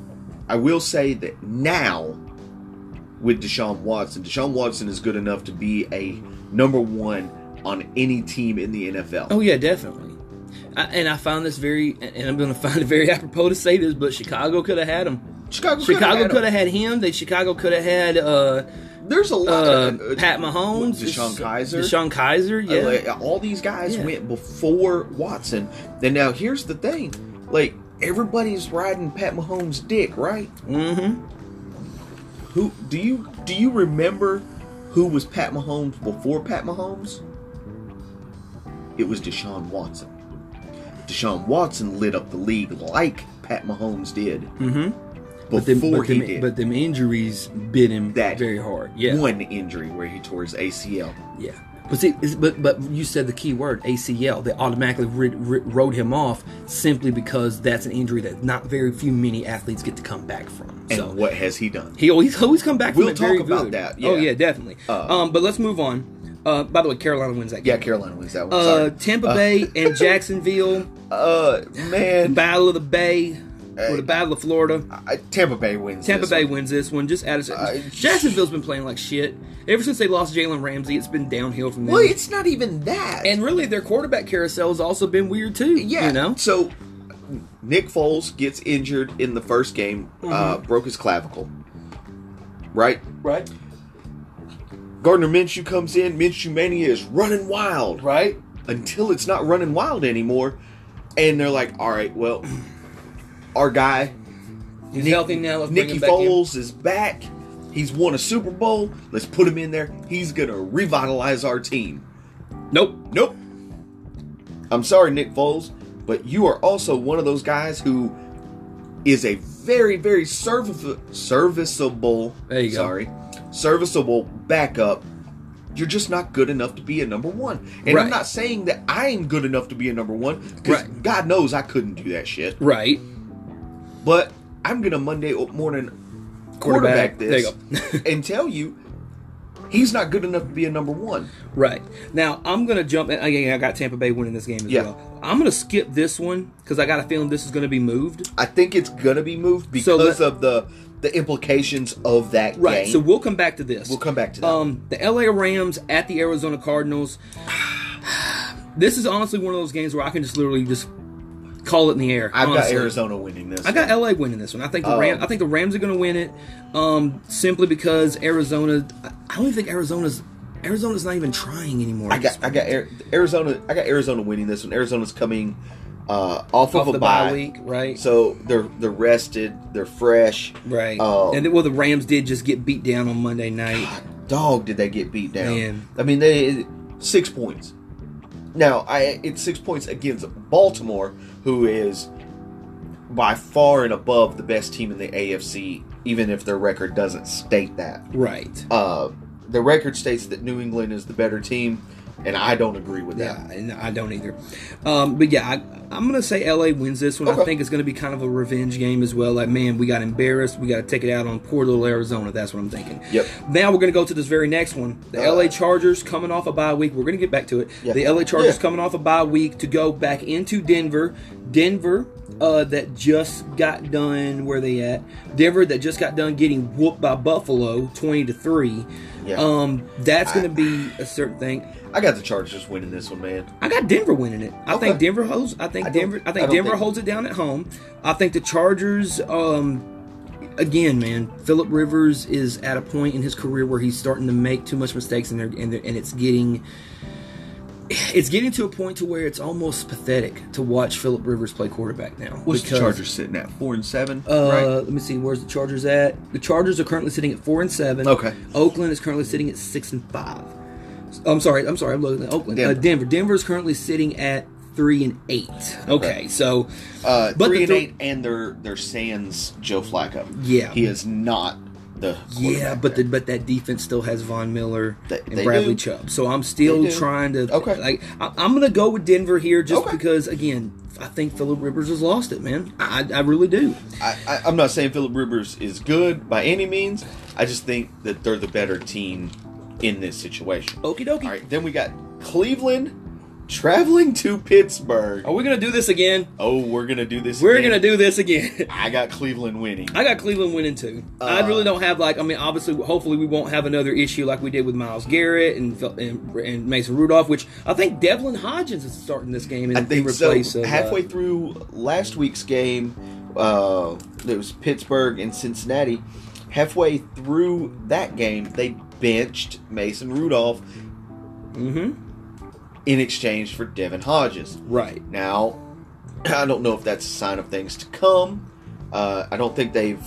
I will say that now with Deshaun Watson, Deshaun Watson is good enough to be a number one on any team in the NFL. Oh yeah, definitely. I, and I found this very, and I'm going to find it very apropos to say this, but Chicago could have had him. Chicago, Chicago could coulda have had had him. They Chicago could have had uh, him. There's a lot uh, of uh, Pat Mahomes, Deshaun This- Kaiser, Uh, Deshaun Kaiser, yeah. Like, all these guys Yeah. went before Watson. And now here's the thing. Like everybody's riding Pat Mahomes' dick, right? Mm-hmm. Who do you do you remember who was Pat Mahomes before Pat Mahomes? It was Deshaun Watson. Deshaun Watson lit up the league like Pat Mahomes did. Mm-hmm. Before but them, but, he them, did. but them injuries bit him that very hard. Yeah, One injury where he tore his ACL. yeah. But see, is- but but you said the key word ACL. They automatically ri ri wrote him off simply because that's an injury that not very few many athletes get to come back from. And so what has he done? He always always come back. From We'll it very talk about good. that, Oh yeah. Uh, yeah, definitely. um, but let's move on. Uh, by the way, Carolina wins that game. Yeah, Carolina wins that one. Uh, Sorry. Tampa Bay and Jacksonville, Uh, man, Battle of the Bay. for the Battle of Florida. I, Tampa Bay wins. Tampa this Bay Ah, one. wins this one. Just out of I- Jacksonville's been playing like shit ever since they lost Jalen Ramsey. It's been downhill from there. Well, it's not even that. and really, their quarterback carousel has also been weird too. yeah, you know. So Nick Foles gets injured in the first game, uh, Mm-hmm. broke his clavicle. Right. Right. Gardner Minshew comes in. Minshew mania is running wild. Right. until it's not running wild anymore. And they're like, all right, well, our guy, He's healthy now. Let's bring Nicky him back in. Foles, is back. He's won a Super Bowl. Let's put him in there. He's going to revitalize our team. Nope. Nope. I'm sorry, Nick Foles, but you are also one of those guys who is a very, very service- serviceable. There you go. Sorry, serviceable backup. You're just not good enough to be a number one. And Right. I'm not saying that I am good enough to be a number one because Right. God knows I couldn't do that shit. Right. But I'm gonna Monday morning Quarterback. quarterback, There you this and tell you he's not good enough to be a number one. Right. Now, I'm going to jump. And again, I got Tampa Bay winning this game as Yeah. well. I'm going to skip this one because I got a feeling this is going to be moved. I think it's gonna be moved So because let- of the the implications of that Right. game. So we'll come back to this. We'll come back to that. Um, the LA Rams at the Arizona Cardinals. This is honestly one of those games where I can just literally just call it in the air. I've honestly. got Arizona Oh. winning this. I got LA winning this one. I think the Ram, I think the Rams are going to win it, um, simply because Arizona. I- I don't even think Arizona's Arizona's not even trying anymore. I got I got Ar- Arizona. I got Arizona winning this one. Arizona's coming uh, off, off of a the bye, bye week, right? so they're they're rested. They're fresh. Right. Um, and then, well, the Rams did just get beat down on Monday night. dog, did they get beat down? Man. I mean, they six points. Now I it's six points against Baltimore, who is by far and above the best team in the AFC, even if their record doesn't state that. Right. Uh, the record states that New England is the better team, and I don't agree with that. Yeah, and I don't either. Um, but yeah, I, I'm gonna say LA wins this one. I Okay. think it's gonna be kind of a revenge game as well. Like, man, we got embarrassed. We got to take it out on poor little Arizona. That's what I'm thinking. Yep. Uh, Now we're gonna go to this very next one. The LA Chargers coming off a bye week. We're gonna get back to it. Yeah. The LA Chargers Yeah. coming off a bye week to go back into Denver. Denver. Uh, that just got done. Where they at? Denver that just got done getting whooped by Buffalo, twenty to three. Yeah. Um, that's going to be a certain thing. I got the Chargers winning this one, man. I got Denver winning it. I Okay. think Denver holds. I think I don't- Denver. I I think don't Denver think- holds it down at home. I think the Chargers. Um, again, man, Philip Rivers is at a point in his career where he's starting to make too much mistakes, and they're, and, they're, and it's getting. It's getting to a point to where it's almost pathetic to watch Philip Rivers play quarterback now. What's the because- Chargers sitting at? Four and seven. uh, Let me see. Where's the Chargers at? The Chargers are currently sitting at four and seven. Okay. Oakland is currently sitting at six and five. I'm sorry. I'm sorry. I'm looking at Oakland. Denver. Denver. Uh, Denver. Denver is currently sitting at three and eight. Okay. So, Uh, but three the and thir- eight, and they're they're sans Joe Flacco. Yeah. he is not the Yeah, quarterback but the, there. but that defense still has Von Miller They- and they Bradley do. Chubb. So I'm still They do. trying to. Okay. Like I, I'm gonna go with Denver here just Okay. because again I think Philip Rivers has lost it, man. I, I really do. I, I, I'm not saying Philip Rivers is good by any means. I just think that they're the better team in this situation. Okie dokie. All right, then we got Cleveland traveling to Pittsburgh. Are we gonna do this again? Oh, we're gonna do this. We're again. gonna do this again. I got Cleveland winning. I got Cleveland winning too. I Uh, really don't have like I mean obviously hopefully we won't have another issue like we did with Miles Garrett and Fel- and, and Mason Rudolph, which I think Devlin Hodgins is starting this game in, I think in replace so. of, uh, Halfway through last week's game, uh, it was Pittsburgh and Cincinnati. Halfway through that game, they benched Mason Rudolph Mm-hmm. in exchange for Devin Hodges. right. Now, I don't know if that's a sign of things to come. Uh, I don't think they've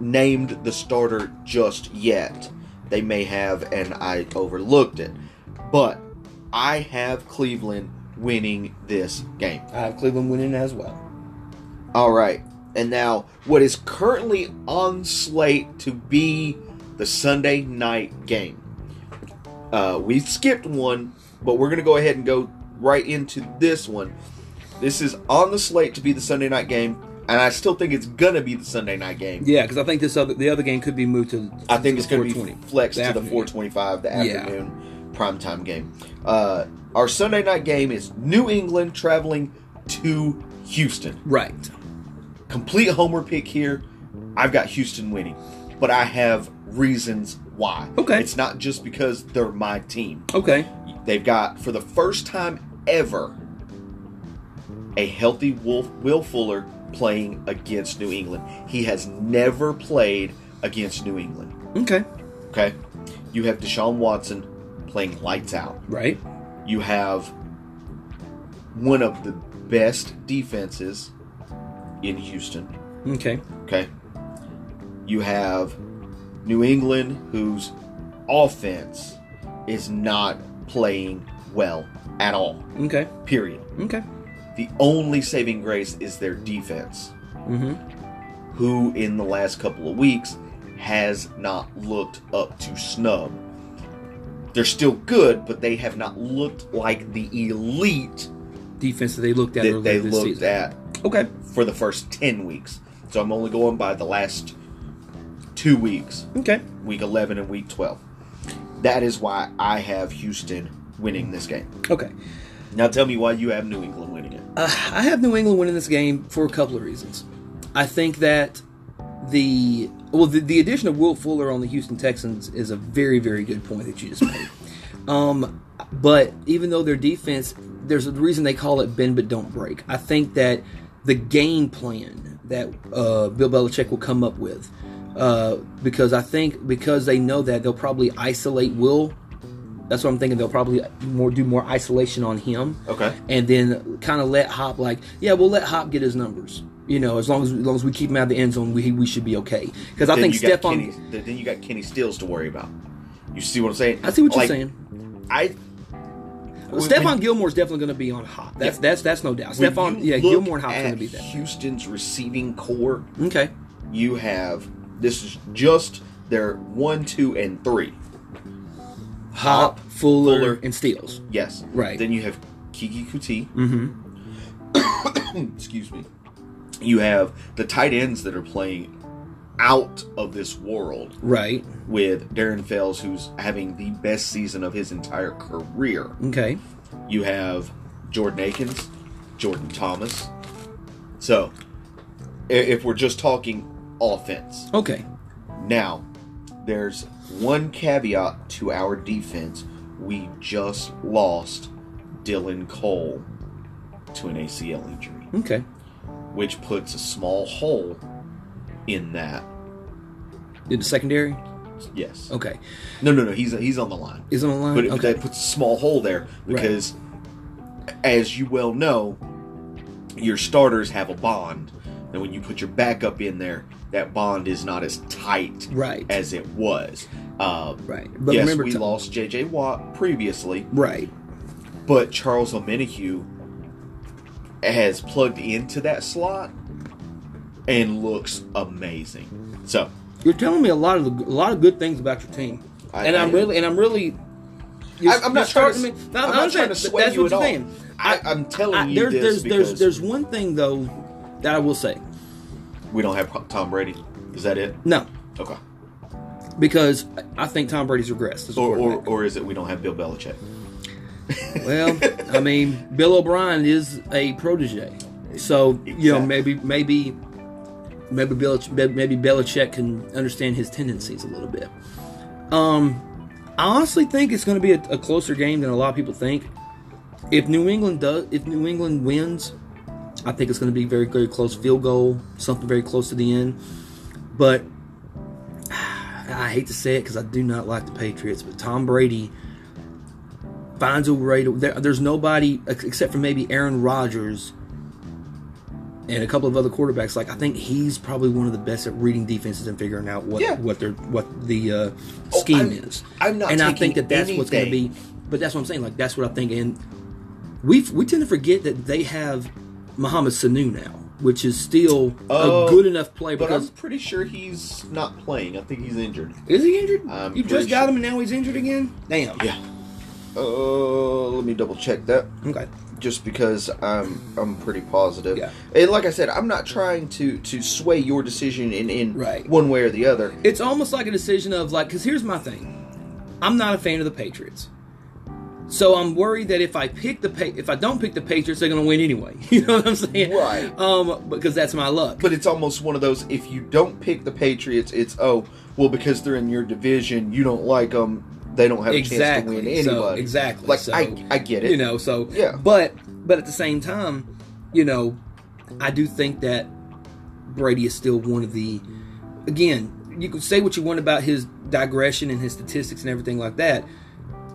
named the starter just yet. They may have, and I overlooked it. But I have Cleveland winning this game. I have Cleveland winning as well. All right. And now, what is currently on slate to be the Sunday night game? Uh, we skipped one, but we're going to go ahead and go right into this one. This is on the slate to be the Sunday night game, and I still think it's going to be the Sunday night game. Yeah, because I think this other the other game could be moved to. I think it's the going to be 420, flexed the to the afternoon. 425, the Yeah. afternoon primetime game. Uh, our Sunday night game is New England traveling to Houston. Right. complete homer pick here. I've got Houston winning, but I have reasons why. Okay. It's not just because they're my team. Okay. They've got, for the first time ever, a healthy Wolf, Will Fuller playing against New England. He has never played against New England. Okay. Okay. You have Deshaun Watson playing lights out. Right. You have one of the best defenses in Houston. Okay. Okay. You have New England, whose offense is not playing well at all. Okay. Period. Okay. The only saving grace is their defense, Mm-hmm. who in the last couple of weeks has not looked up to snub. They're still good, but they have not looked like the elite Defense that they looked at that earlier they this looked season. at Okay. for the first 10 weeks. So I'm only going by the last two weeks, Okay. week 11 and week 12. That is why I have Houston winning this game. Okay. Now tell me why you have New England winning it. I have New England winning this game for a couple of reasons. I think that the well, the, the addition of Will Fuller on the Houston Texans is a very, very good point that you just made. um, but even though their defense, there's a reason they call it bend but don't break. I think that the game plan that uh, Bill Belichick will come up with, uh, because I think because they know that they'll probably isolate Will. That's what I'm thinking. They'll probably more do more isolation on him Okay. and then kind of let Hop like, yeah, we'll let Hop get his numbers. You know, as long as, as long as we keep him out of the end zone, we we should be okay. Because I think you got Stephon, Kenny, th- then you got Kenny Steals to worry about. You see what I'm saying? I see what you're Like, saying. I Well, Stephon Gilmore's definitely going to be on Hop. That's Yeah. that's that's no doubt. when Stephon, you yeah, look Gilmore and Hop's at going to be there. Houston's receiving core. Okay, You have this is just their one, two, and three. Hop, Fuller, Fuller. and Steals. Yes. Right. Then you have Kiki Kuti. Mm-hmm. Excuse me. You have the tight ends that are playing out of this world Right. with Darren Fells, who's having the best season of his entire career. Okay. You have Jordan Akins, Jordan Thomas. So, i- if we're just talking offense, Okay. now, there's one caveat to our defense. We just lost Dylan Cole to an ACL injury, Okay. which puts a small hole in that. In the secondary. Yes. Okay. No, no, no. He's he's on the line. Is on the line. But it- okay. that puts a small hole there because, as you well know, your starters have a bond, and when you put your backup in there, that bond is not as tight Right. as it was. Uh, Right. But yes, remember we to- lost J.J. Watt previously, right. but Charles O'Menahue has plugged into that slot and looks amazing. So You're telling me a lot of the, a lot of good things about your team, I- and I I'm am. really and I'm really. You're, I- I'm not trying you're to. starting I'm me- no, not trying saying to th- sway that's you what at all. you're saying. I, I'm telling I- you there's, this there's, because there's, there's one thing though that I will say. we don't have Tom Brady. Is that it? No, Okay. because I- I think Tom Brady's regressed. As a Or, or, quarterback. or is it we don't have Bill Belichick? well, I mean, Bill O'Brien is a protege, so you know Exactly. maybe maybe maybe Bill maybe Belichick can understand his tendencies a little bit. Um, I honestly think it's going to be a, a closer game than a lot of people think. If New England does, if New England wins, I think it's going to be very very close field goal, something very close to the end. But I hate to say it because I do not like the Patriots, but Tom Brady finds a way to. There, there's nobody ex- except for maybe Aaron Rodgers and a couple of other quarterbacks. Like I think he's probably one of the best at reading defenses and figuring out what Yeah. what their what the uh, Oh, scheme I'm- is. I'm not and I taking think that that's what's going to be. anything. But that's what I'm saying. Like that's what I think. And we we tend to forget that they have Mohamed Sanu now, which is still Oh, a good enough play But I'm because. pretty sure he's not playing. I think he's injured. Is he injured? I'm you just pretty got sure. him and now he's injured again? Damn. Yeah. Uh, let me double check that. Okay. Just because I'm I'm pretty positive. Yeah. And like I said, I'm not trying to to sway your decision in in Right. one way or the other. It's almost like a decision of like, because here's my thing. I'm not a fan of the Patriots. So I'm worried that if I pick the pa- if I don't pick the Patriots, they're going to win anyway. You know what I'm saying? Right. Um, because that's my luck. But it's almost one of those if you don't pick the Patriots, it's oh, well, because they're in your division, you don't like them, they don't have a exactly. chance to win so- anybody. exactly. Like, so, I, I get it. You know. So Yeah. But but at the same time, you know, I do think that Brady is still one of the. Again, you can say what you want about his digression and his statistics and everything like that.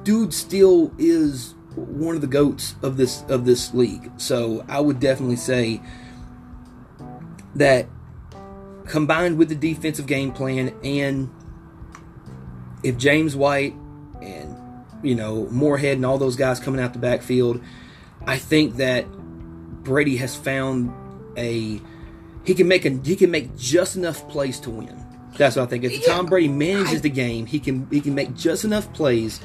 Dude still is one of the goats of this of this league. So I would definitely say that combined with the defensive game plan and if James White and you know Moorhead and all those guys coming out the backfield, I think that Brady has found a he can make a he can make just enough plays to win. That's what I think. If Tom Brady manages the game, he can he can make just enough plays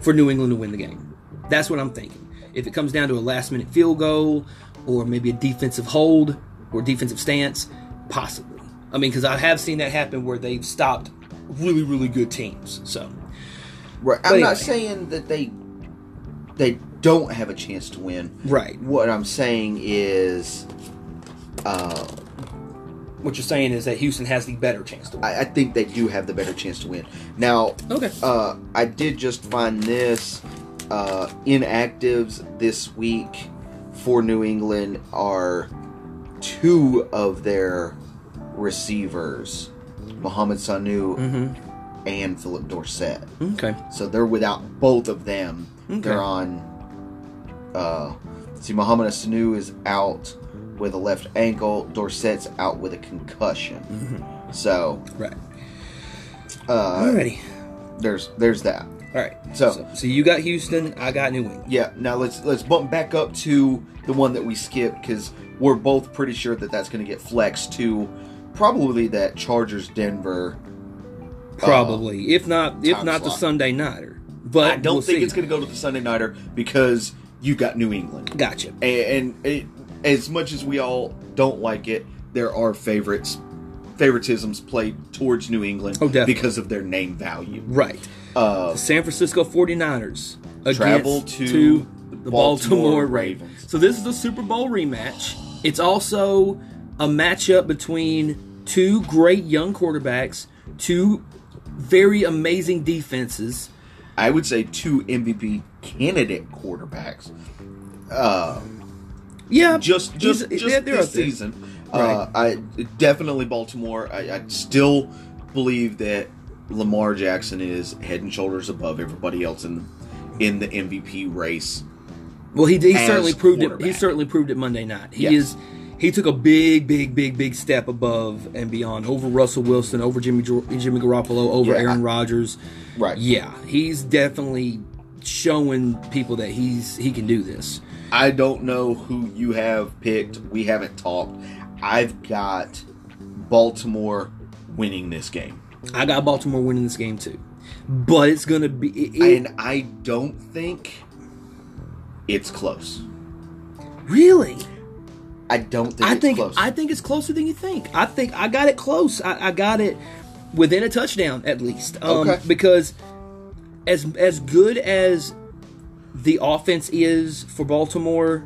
for New England to win the game. That's what I'm thinking. If it comes down to a last minute field goal or maybe a defensive hold or defensive stance, possibly. I mean, because I have seen that happen where they've stopped really really good teams. So Right. I'm But anyway. not saying that they they don't have a chance to win. Right. What I'm saying is, what you're saying is that Houston has the better chance to win. I, I think they do have the better chance to win. Now, Okay. uh, I did just find this uh, inactives this week for New England are two of their receivers, Mohamed Sanu Mm-hmm. and Philip Dorsett. Okay. So they're without both of them. Okay. They're on. Uh, see, Muhammad Sanu is out with a left ankle. Dorsett's out with a concussion. Mm-hmm. So Right. uh, Alrighty. there's there's that. All right. So- so so you got Houston, I got New England. Yeah. Now let's let's bump back up to the one that we skipped because we're both pretty sure that that's going to get flexed to probably that Chargers Denver. Probably, if not, if Uh, time not the slot. Sunday nighter. But I don't we'll think see. it's going to go to the Sunday nighter because you got New England. Gotcha. and, and it, as much as we all don't like it, there are favorites. Favoritisms played towards New England Oh, definitely. because of their name value. Right. Uh, The San Francisco 49ers against Travel to the the Baltimore Baltimore Ravens. Ravens. So this is a Super Bowl rematch. It's also a matchup between two great young quarterbacks, two very amazing defenses. I would say two MVP candidate quarterbacks Yeah, just he's- just they're- just they're this up there. season. Uh, I definitely Baltimore. I, I still believe that Lamar Jackson is head and shoulders above everybody else in in the MVP race. Well, he, he as certainly proved it. He quarterback. certainly proved it Monday night. He Yes. is. He took a big, big, big, big step above and beyond over Russell Wilson, over Jimmy Gir- Jimmy Garoppolo, over Yeah, I- Aaron Rodgers. Right. Yeah, he's definitely showing people that he's he can do this. I don't know who you have picked. We haven't talked. I've got Baltimore winning this game. I got Baltimore winning this game too, but it's gonna be. It, it- And I don't think it's close. really, I don't think I it's think close. I think it's closer than you think. I think I got it close. I, I got it within a touchdown at least. Um, Okay. Because as as good as the offense is for Baltimore,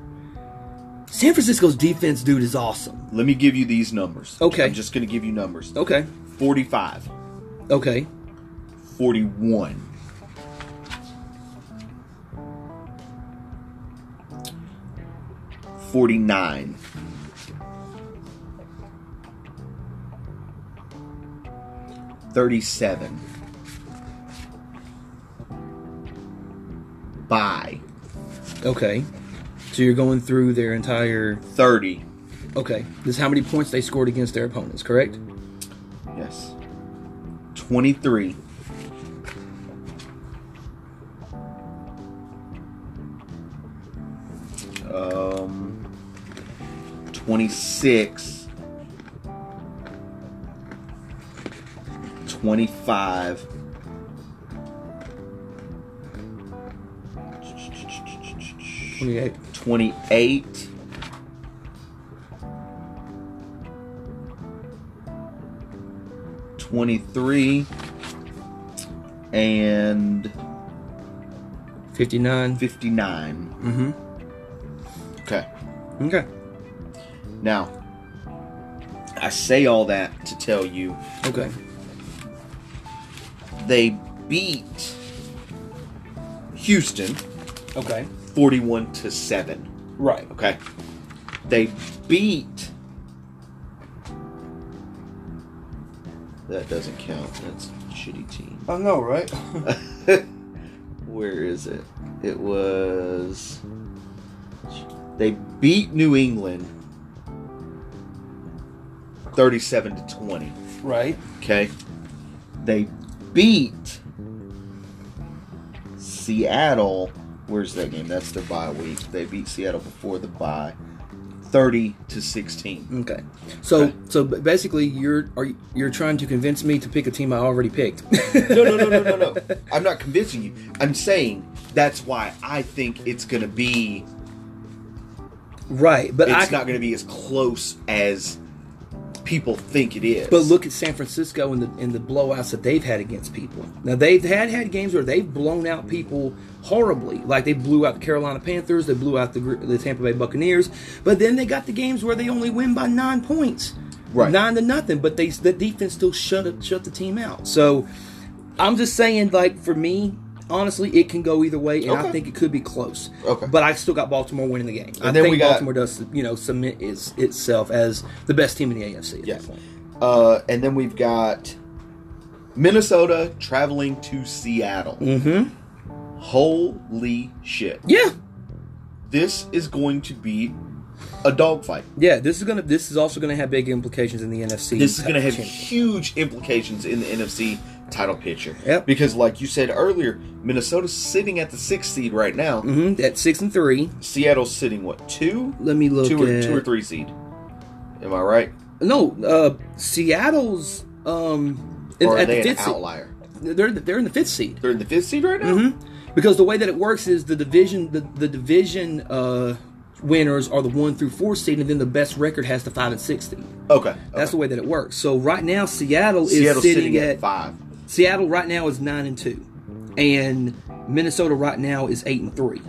San Francisco's defense, dude, is awesome. Let me give you these numbers. Okay. Oh. I'm just going to give you numbers. Okay. 45, Okay. 41. Forty-nine, thirty-seven, by Okay. So you're going through their entire. thirty. Okay. This is how many points they scored against their opponents, correct? Yes. 23. Um, 26 25 Twenty-eight. 28 23 and 59. 59. Mm-hmm. Okay. Okay. Now, I say all that to tell you Okay. they beat Houston Okay. 41 to 7. Right. Okay. They beat. That doesn't count. That's a shitty team. I know, right? Where is it? It was. They beat New England 37 to 20. right. Okay. They beat Seattle. Where's that game? That's their bye week. They beat Seattle before the bye 30 to 16. Okay. So so b- basically you're are you, you're trying to convince me to pick a team I already picked. no, no, no, no, no, no. I'm not convincing you. I'm saying that's why I think it's going to be. right, but I It's not going to be as close as people think it is. but look at San Francisco and the and the blowouts that they've had against people. Now they've had had games where they've blown out people horribly. Like they blew out the Carolina Panthers, they blew out the Gr- the Tampa Bay Buccaneers, but then they got the games where they only win by 9 points. Right. 9 to nothing, but they the defense still shut up, shut the team out. So I'm just saying, like for me, honestly, it can go either way, and I Okay. think it could be close. Okay. but I still got Baltimore winning the game. I then think we got- Baltimore does, you know, cement is, itself as the best team in the AFC. At Yeah. this point. Uh, and then we've got Minnesota traveling to Seattle. Mm-hmm. Holy shit. yeah, This is going to be a dogfight. yeah. This is gonna. This is also gonna have big implications in the NFC. This is going to have championship. huge implications in the NFC title picture. Yep. Because, like you said earlier, Minnesota's sitting at the sixth seed right now. Mhm, at six and three. Seattle's sitting what two? Let me look two or at- two or three seed. Am I right? No, uh, Seattle's um, in- Or are at they the an fifth seed. outlier? They're they're in the fifth seed. They're in the fifth seed right now. Mm-hmm. because the way that it works is the division the, the division uh, winners are the one through four seed and then the best record has the five and six seed Okay, okay. that's the way that it works so right now seattle is Seattle's sitting, at, at five. seattle right now is nine and two and minnesota right now is eight and three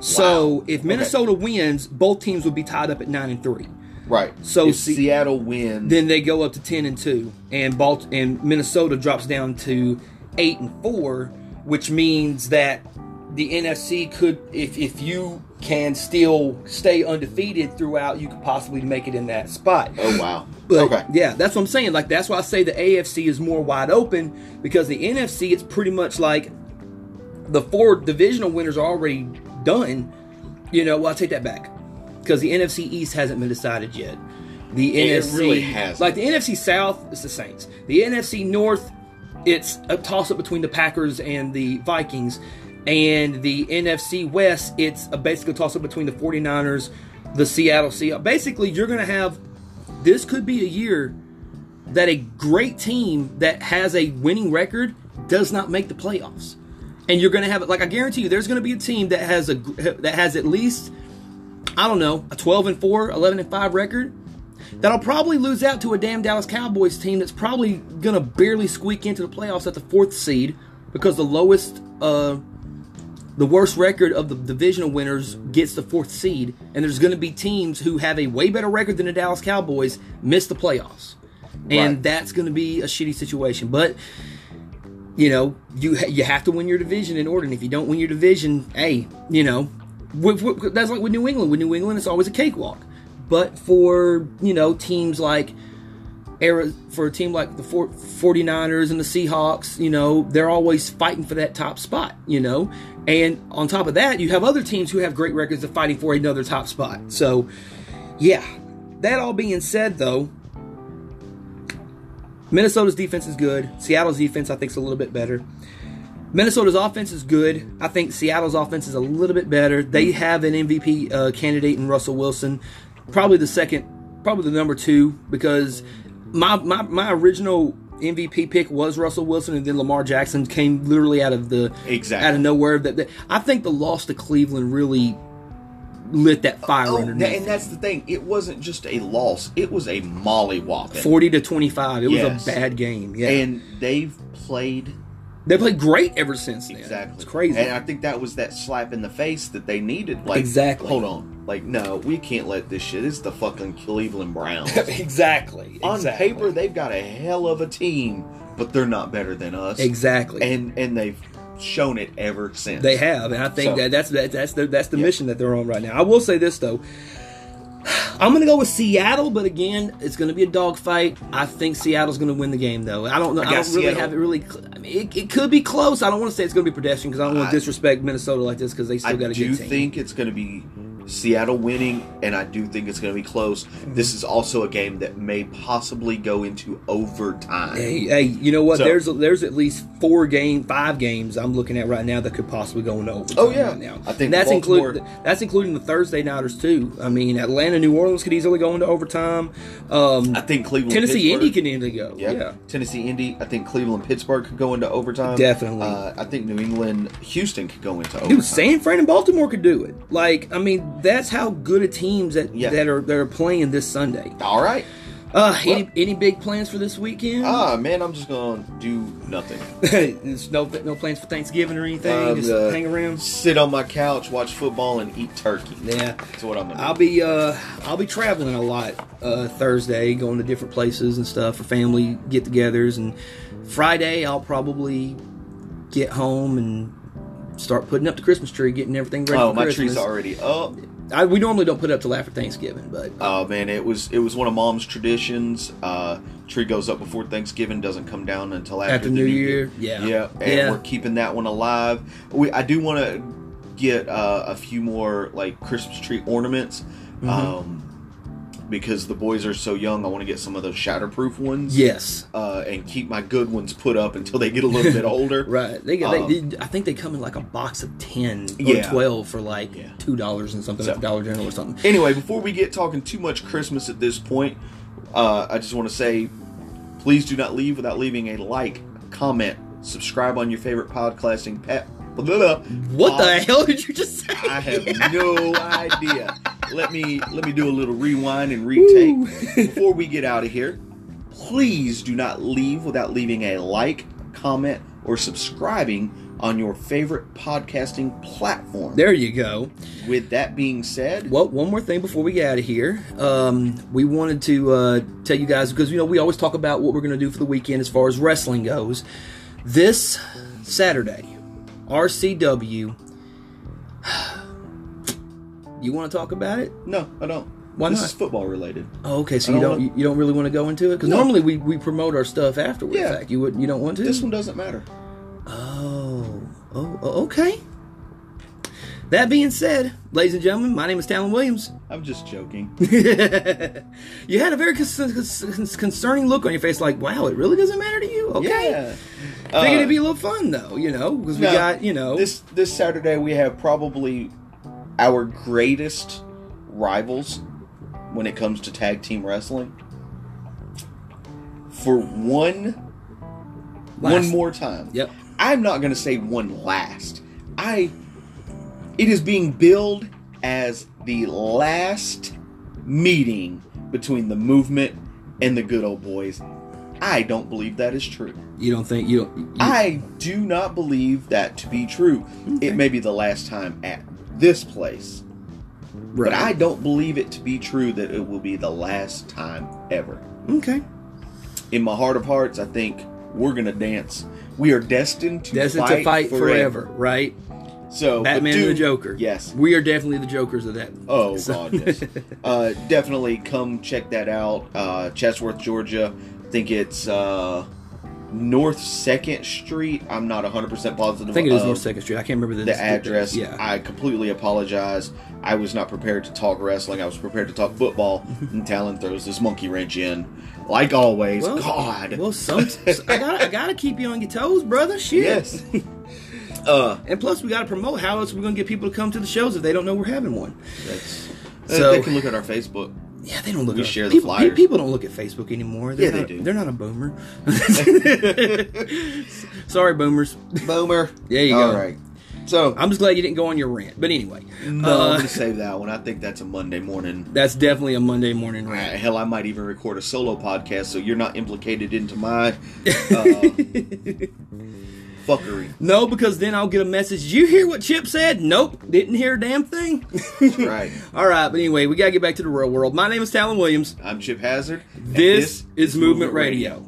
so Wow. if Okay. minnesota wins both teams would be tied up at nine and three Right. So if Se- Seattle wins. then they go up to 10 and 2 and Balt- and Minnesota drops down to 8 and 4 which means that the NFC could if if you can still stay undefeated throughout you could possibly make it in that spot oh wow. but okay. yeah, that's what I'm saying. Like that's why I say the AFC is more wide open because the NFC it's pretty much like the four divisional winners are already done. You know, well I take that back because the NFC East hasn't been decided yet. The It NFC really hasn't. Like the NFC South, it's the Saints. The NFC North, it's a toss up between the Packers and the Vikings. And the NFC West, it's a basically toss up between the 49ers, the Seattle Seahawks. Basically, you're going to have this could be a year that a great team that has a winning record does not make the playoffs. And you're going to have it like I guarantee you there's going to be a team that has a that has at least I don't know, a 12 and 4, 11 and 5 record that'll probably lose out to a damn Dallas Cowboys team that's probably going to barely squeak into the playoffs at the 4th seed because the lowest uh the worst record of the divisional winners gets the fourth seed, and there's going to be teams who have a way better record than the Dallas Cowboys miss the playoffs, and Right. that's going to be a shitty situation. But you know, you ha- you have to win your division in order, and if you don't win your division, hey, you know, with, with, that's like with New England. With New England, it's always a cakewalk. But for you know teams like era for a team like the four- 49ers and the Seahawks, you know, they're always fighting for that top spot, you know. And on top of that, you have other teams who have great records of fighting for another top spot. So, yeah. That all being said, though, Minnesota's defense is good. Seattle's defense, I think, is a little bit better. Minnesota's offense is good. I think Seattle's offense is a little bit better. They have an MVP uh, candidate in Russell Wilson, probably the second, probably the number two, because my my, my original MVP pick was Russell Wilson, and then Lamar Jackson came literally out of the Exactly. out of nowhere. That, that I think the loss to Cleveland really lit that fire Oh, underneath. and that's the thing. It wasn't just a loss. It was a mollywhopping. Forty to twenty five. It Yes. was a bad game. Yeah. and they've played They played great ever since then. Exactly. It's crazy. And I think that was that slap in the face that they needed. Like, Exactly. Hold on. Like, no, we can't let this shit. It's the fucking Cleveland Browns. exactly. On exactly. paper, they've got a hell of a team, but they're not better than us. Exactly. And and they've shown it ever since. They have, and I think So- that that's that, that's the, that's the mission that they're on right now. I will say this though, I'm going to go with Seattle, but again, it's going to be a dogfight. I think Seattle's going to win the game though. I don't know. I, got don't really Seattle. have it really. Cl- I mean, it, it could be close. I don't want to say it's going to be pedestrian because I don't want I- to disrespect Minnesota like this because they I still got a do good team. think it's going to be Seattle winning, and I do think it's going to be close. This is also a game that may possibly go into overtime. Hey, hey, you know what? So- there's there's at least four game, five games I'm looking at right now that could possibly go into overtime. Oh, yeah. right now I think And that's Baltimore- including that's including the Thursday nighters too. I mean, Atlanta, New Orleans could easily go into overtime. Um, I think Cleveland, Tennessee, Pittsburgh- Indy can easily go. Yeah. Yeah. Tennessee, Indy. I think Cleveland, Pittsburgh could go into overtime. Definitely. Uh, I think New England, Houston could go into overtime. Dude, San Fran and Baltimore could do it. Like, I mean, that's how good a teams that Yeah. that are that are playing this Sunday. All right. Uh, any any big plans for this weekend? Ah, man, I'm just going to do nothing. There's no no plans for Thanksgiving or anything. I'm Just gonna hang around. uh, Sit on my couch, watch football, and eat turkey. Yeah. That's what I'm going to do. I'll be uh I'll be traveling a lot uh Thursday, going to different places and stuff for family get-togethers and Friday I'll probably get home and start putting up the Christmas tree, getting everything ready Oh, for my Christmas. tree's already up. I, we normally don't put it up till after Thanksgiving, but Oh man, it was it was one of mom's traditions. Uh, tree goes up before Thanksgiving, doesn't come down until after, After the New Year? Yeah. yeah, and Yeah. we're keeping that one alive. We I do want to get uh, a few more like Christmas tree ornaments, Mm-hmm. um, because the boys are so young. I want to get some of those shatterproof ones. yes. Uh, and keep my good ones put up until they get a little bit older. Right. They, get Um, they I think they come in like a box of 10 or Yeah. 12 for like $2 and something So- at the Dollar General or something. Anyway, before we get talking too much Christmas at this point, uh, I just want to say please do not leave without leaving a like, comment, subscribe on your favorite podcasting pet. Blah, blah, blah. What Uh, the hell did you just say? I have no idea. Let me let me do a little rewind and retake before we get out of here. Please do not leave without leaving a like, comment, or subscribing on your favorite podcasting platform. There you go. With that being said, Well, one more thing before we get out of here. Um, we wanted to uh, tell you guys because you know we always talk about what we're going to do for the weekend as far as wrestling goes. This Saturday, RCW. You want to talk about it? No, I don't. Why this not? is football related. Oh, okay, so I you don't don't you, you don't really want to go into it because No. normally we, we promote our stuff afterwards. Yeah. Zach. you would you don't want to. This one doesn't matter. Oh, oh, oh, okay. That being said, ladies and gentlemen, my name is Talon Williams. I'm just joking. you had a very cons- cons- cons- concerning look on your face, like, wow, it really doesn't matter to you? Okay. Yeah. Figured Uh, it'd be a little fun, though, you know, because we no, got, you know. This this Saturday we have probably our greatest rivals when it comes to tag team wrestling. For one one Last. more time. Yep. I'm not going to say one last. I it is being billed as the last meeting between the movement and the good old boys. I don't believe that is true. You don't think, you don't. You, I do not believe that to be true. It may be the last time at this place, but I don't believe it to be true that it will be the last time ever. Okay. In my heart of hearts, I think we're gonna dance. We are destined to Destined fight to fight forever, right? So but Batman and the do- Joker. Yes. We are definitely the Jokers of that. Oh So- god, yes. uh, definitely come check that out. Uh, Chatsworth, Georgia. I think it's uh, North Second Street. I'm not 100 percent positive. I think it is of North 2nd Street. I can't remember the, Uh, the address. Yeah. I completely apologize. I was not prepared to talk wrestling. I was prepared to talk football. and Talon throws this monkey wrench in, like always. God. Well, some, I, gotta, I gotta keep you on your toes, brother. Shit. yes. uh, And plus, we gotta promote. How else are we gonna get people to come to the shows if they don't know we're having one? that's, uh, So- they can look at our Facebook. Yeah, they don't look. We at share the people, pe- flyers. People don't look at Facebook anymore. They're Yeah, they not- do. They're not a boomer. Sorry, boomers. Boomer. There you All go. right. So I'm just glad you didn't go on your rant. But anyway, no, I'm uh, gonna save that one. I think that's a Monday morning. that's definitely a Monday morning Uh, rant. Hell, I might even record a solo podcast, so you're not implicated into my uh, fuckery. No, because then I'll get a message. "Did You hear what Chip said? Nope, didn't hear a damn thing. right. All right, but anyway, we gotta get back to the real world. My name is Talon Williams. I'm Chip Hazard. and This, is Movement Radio.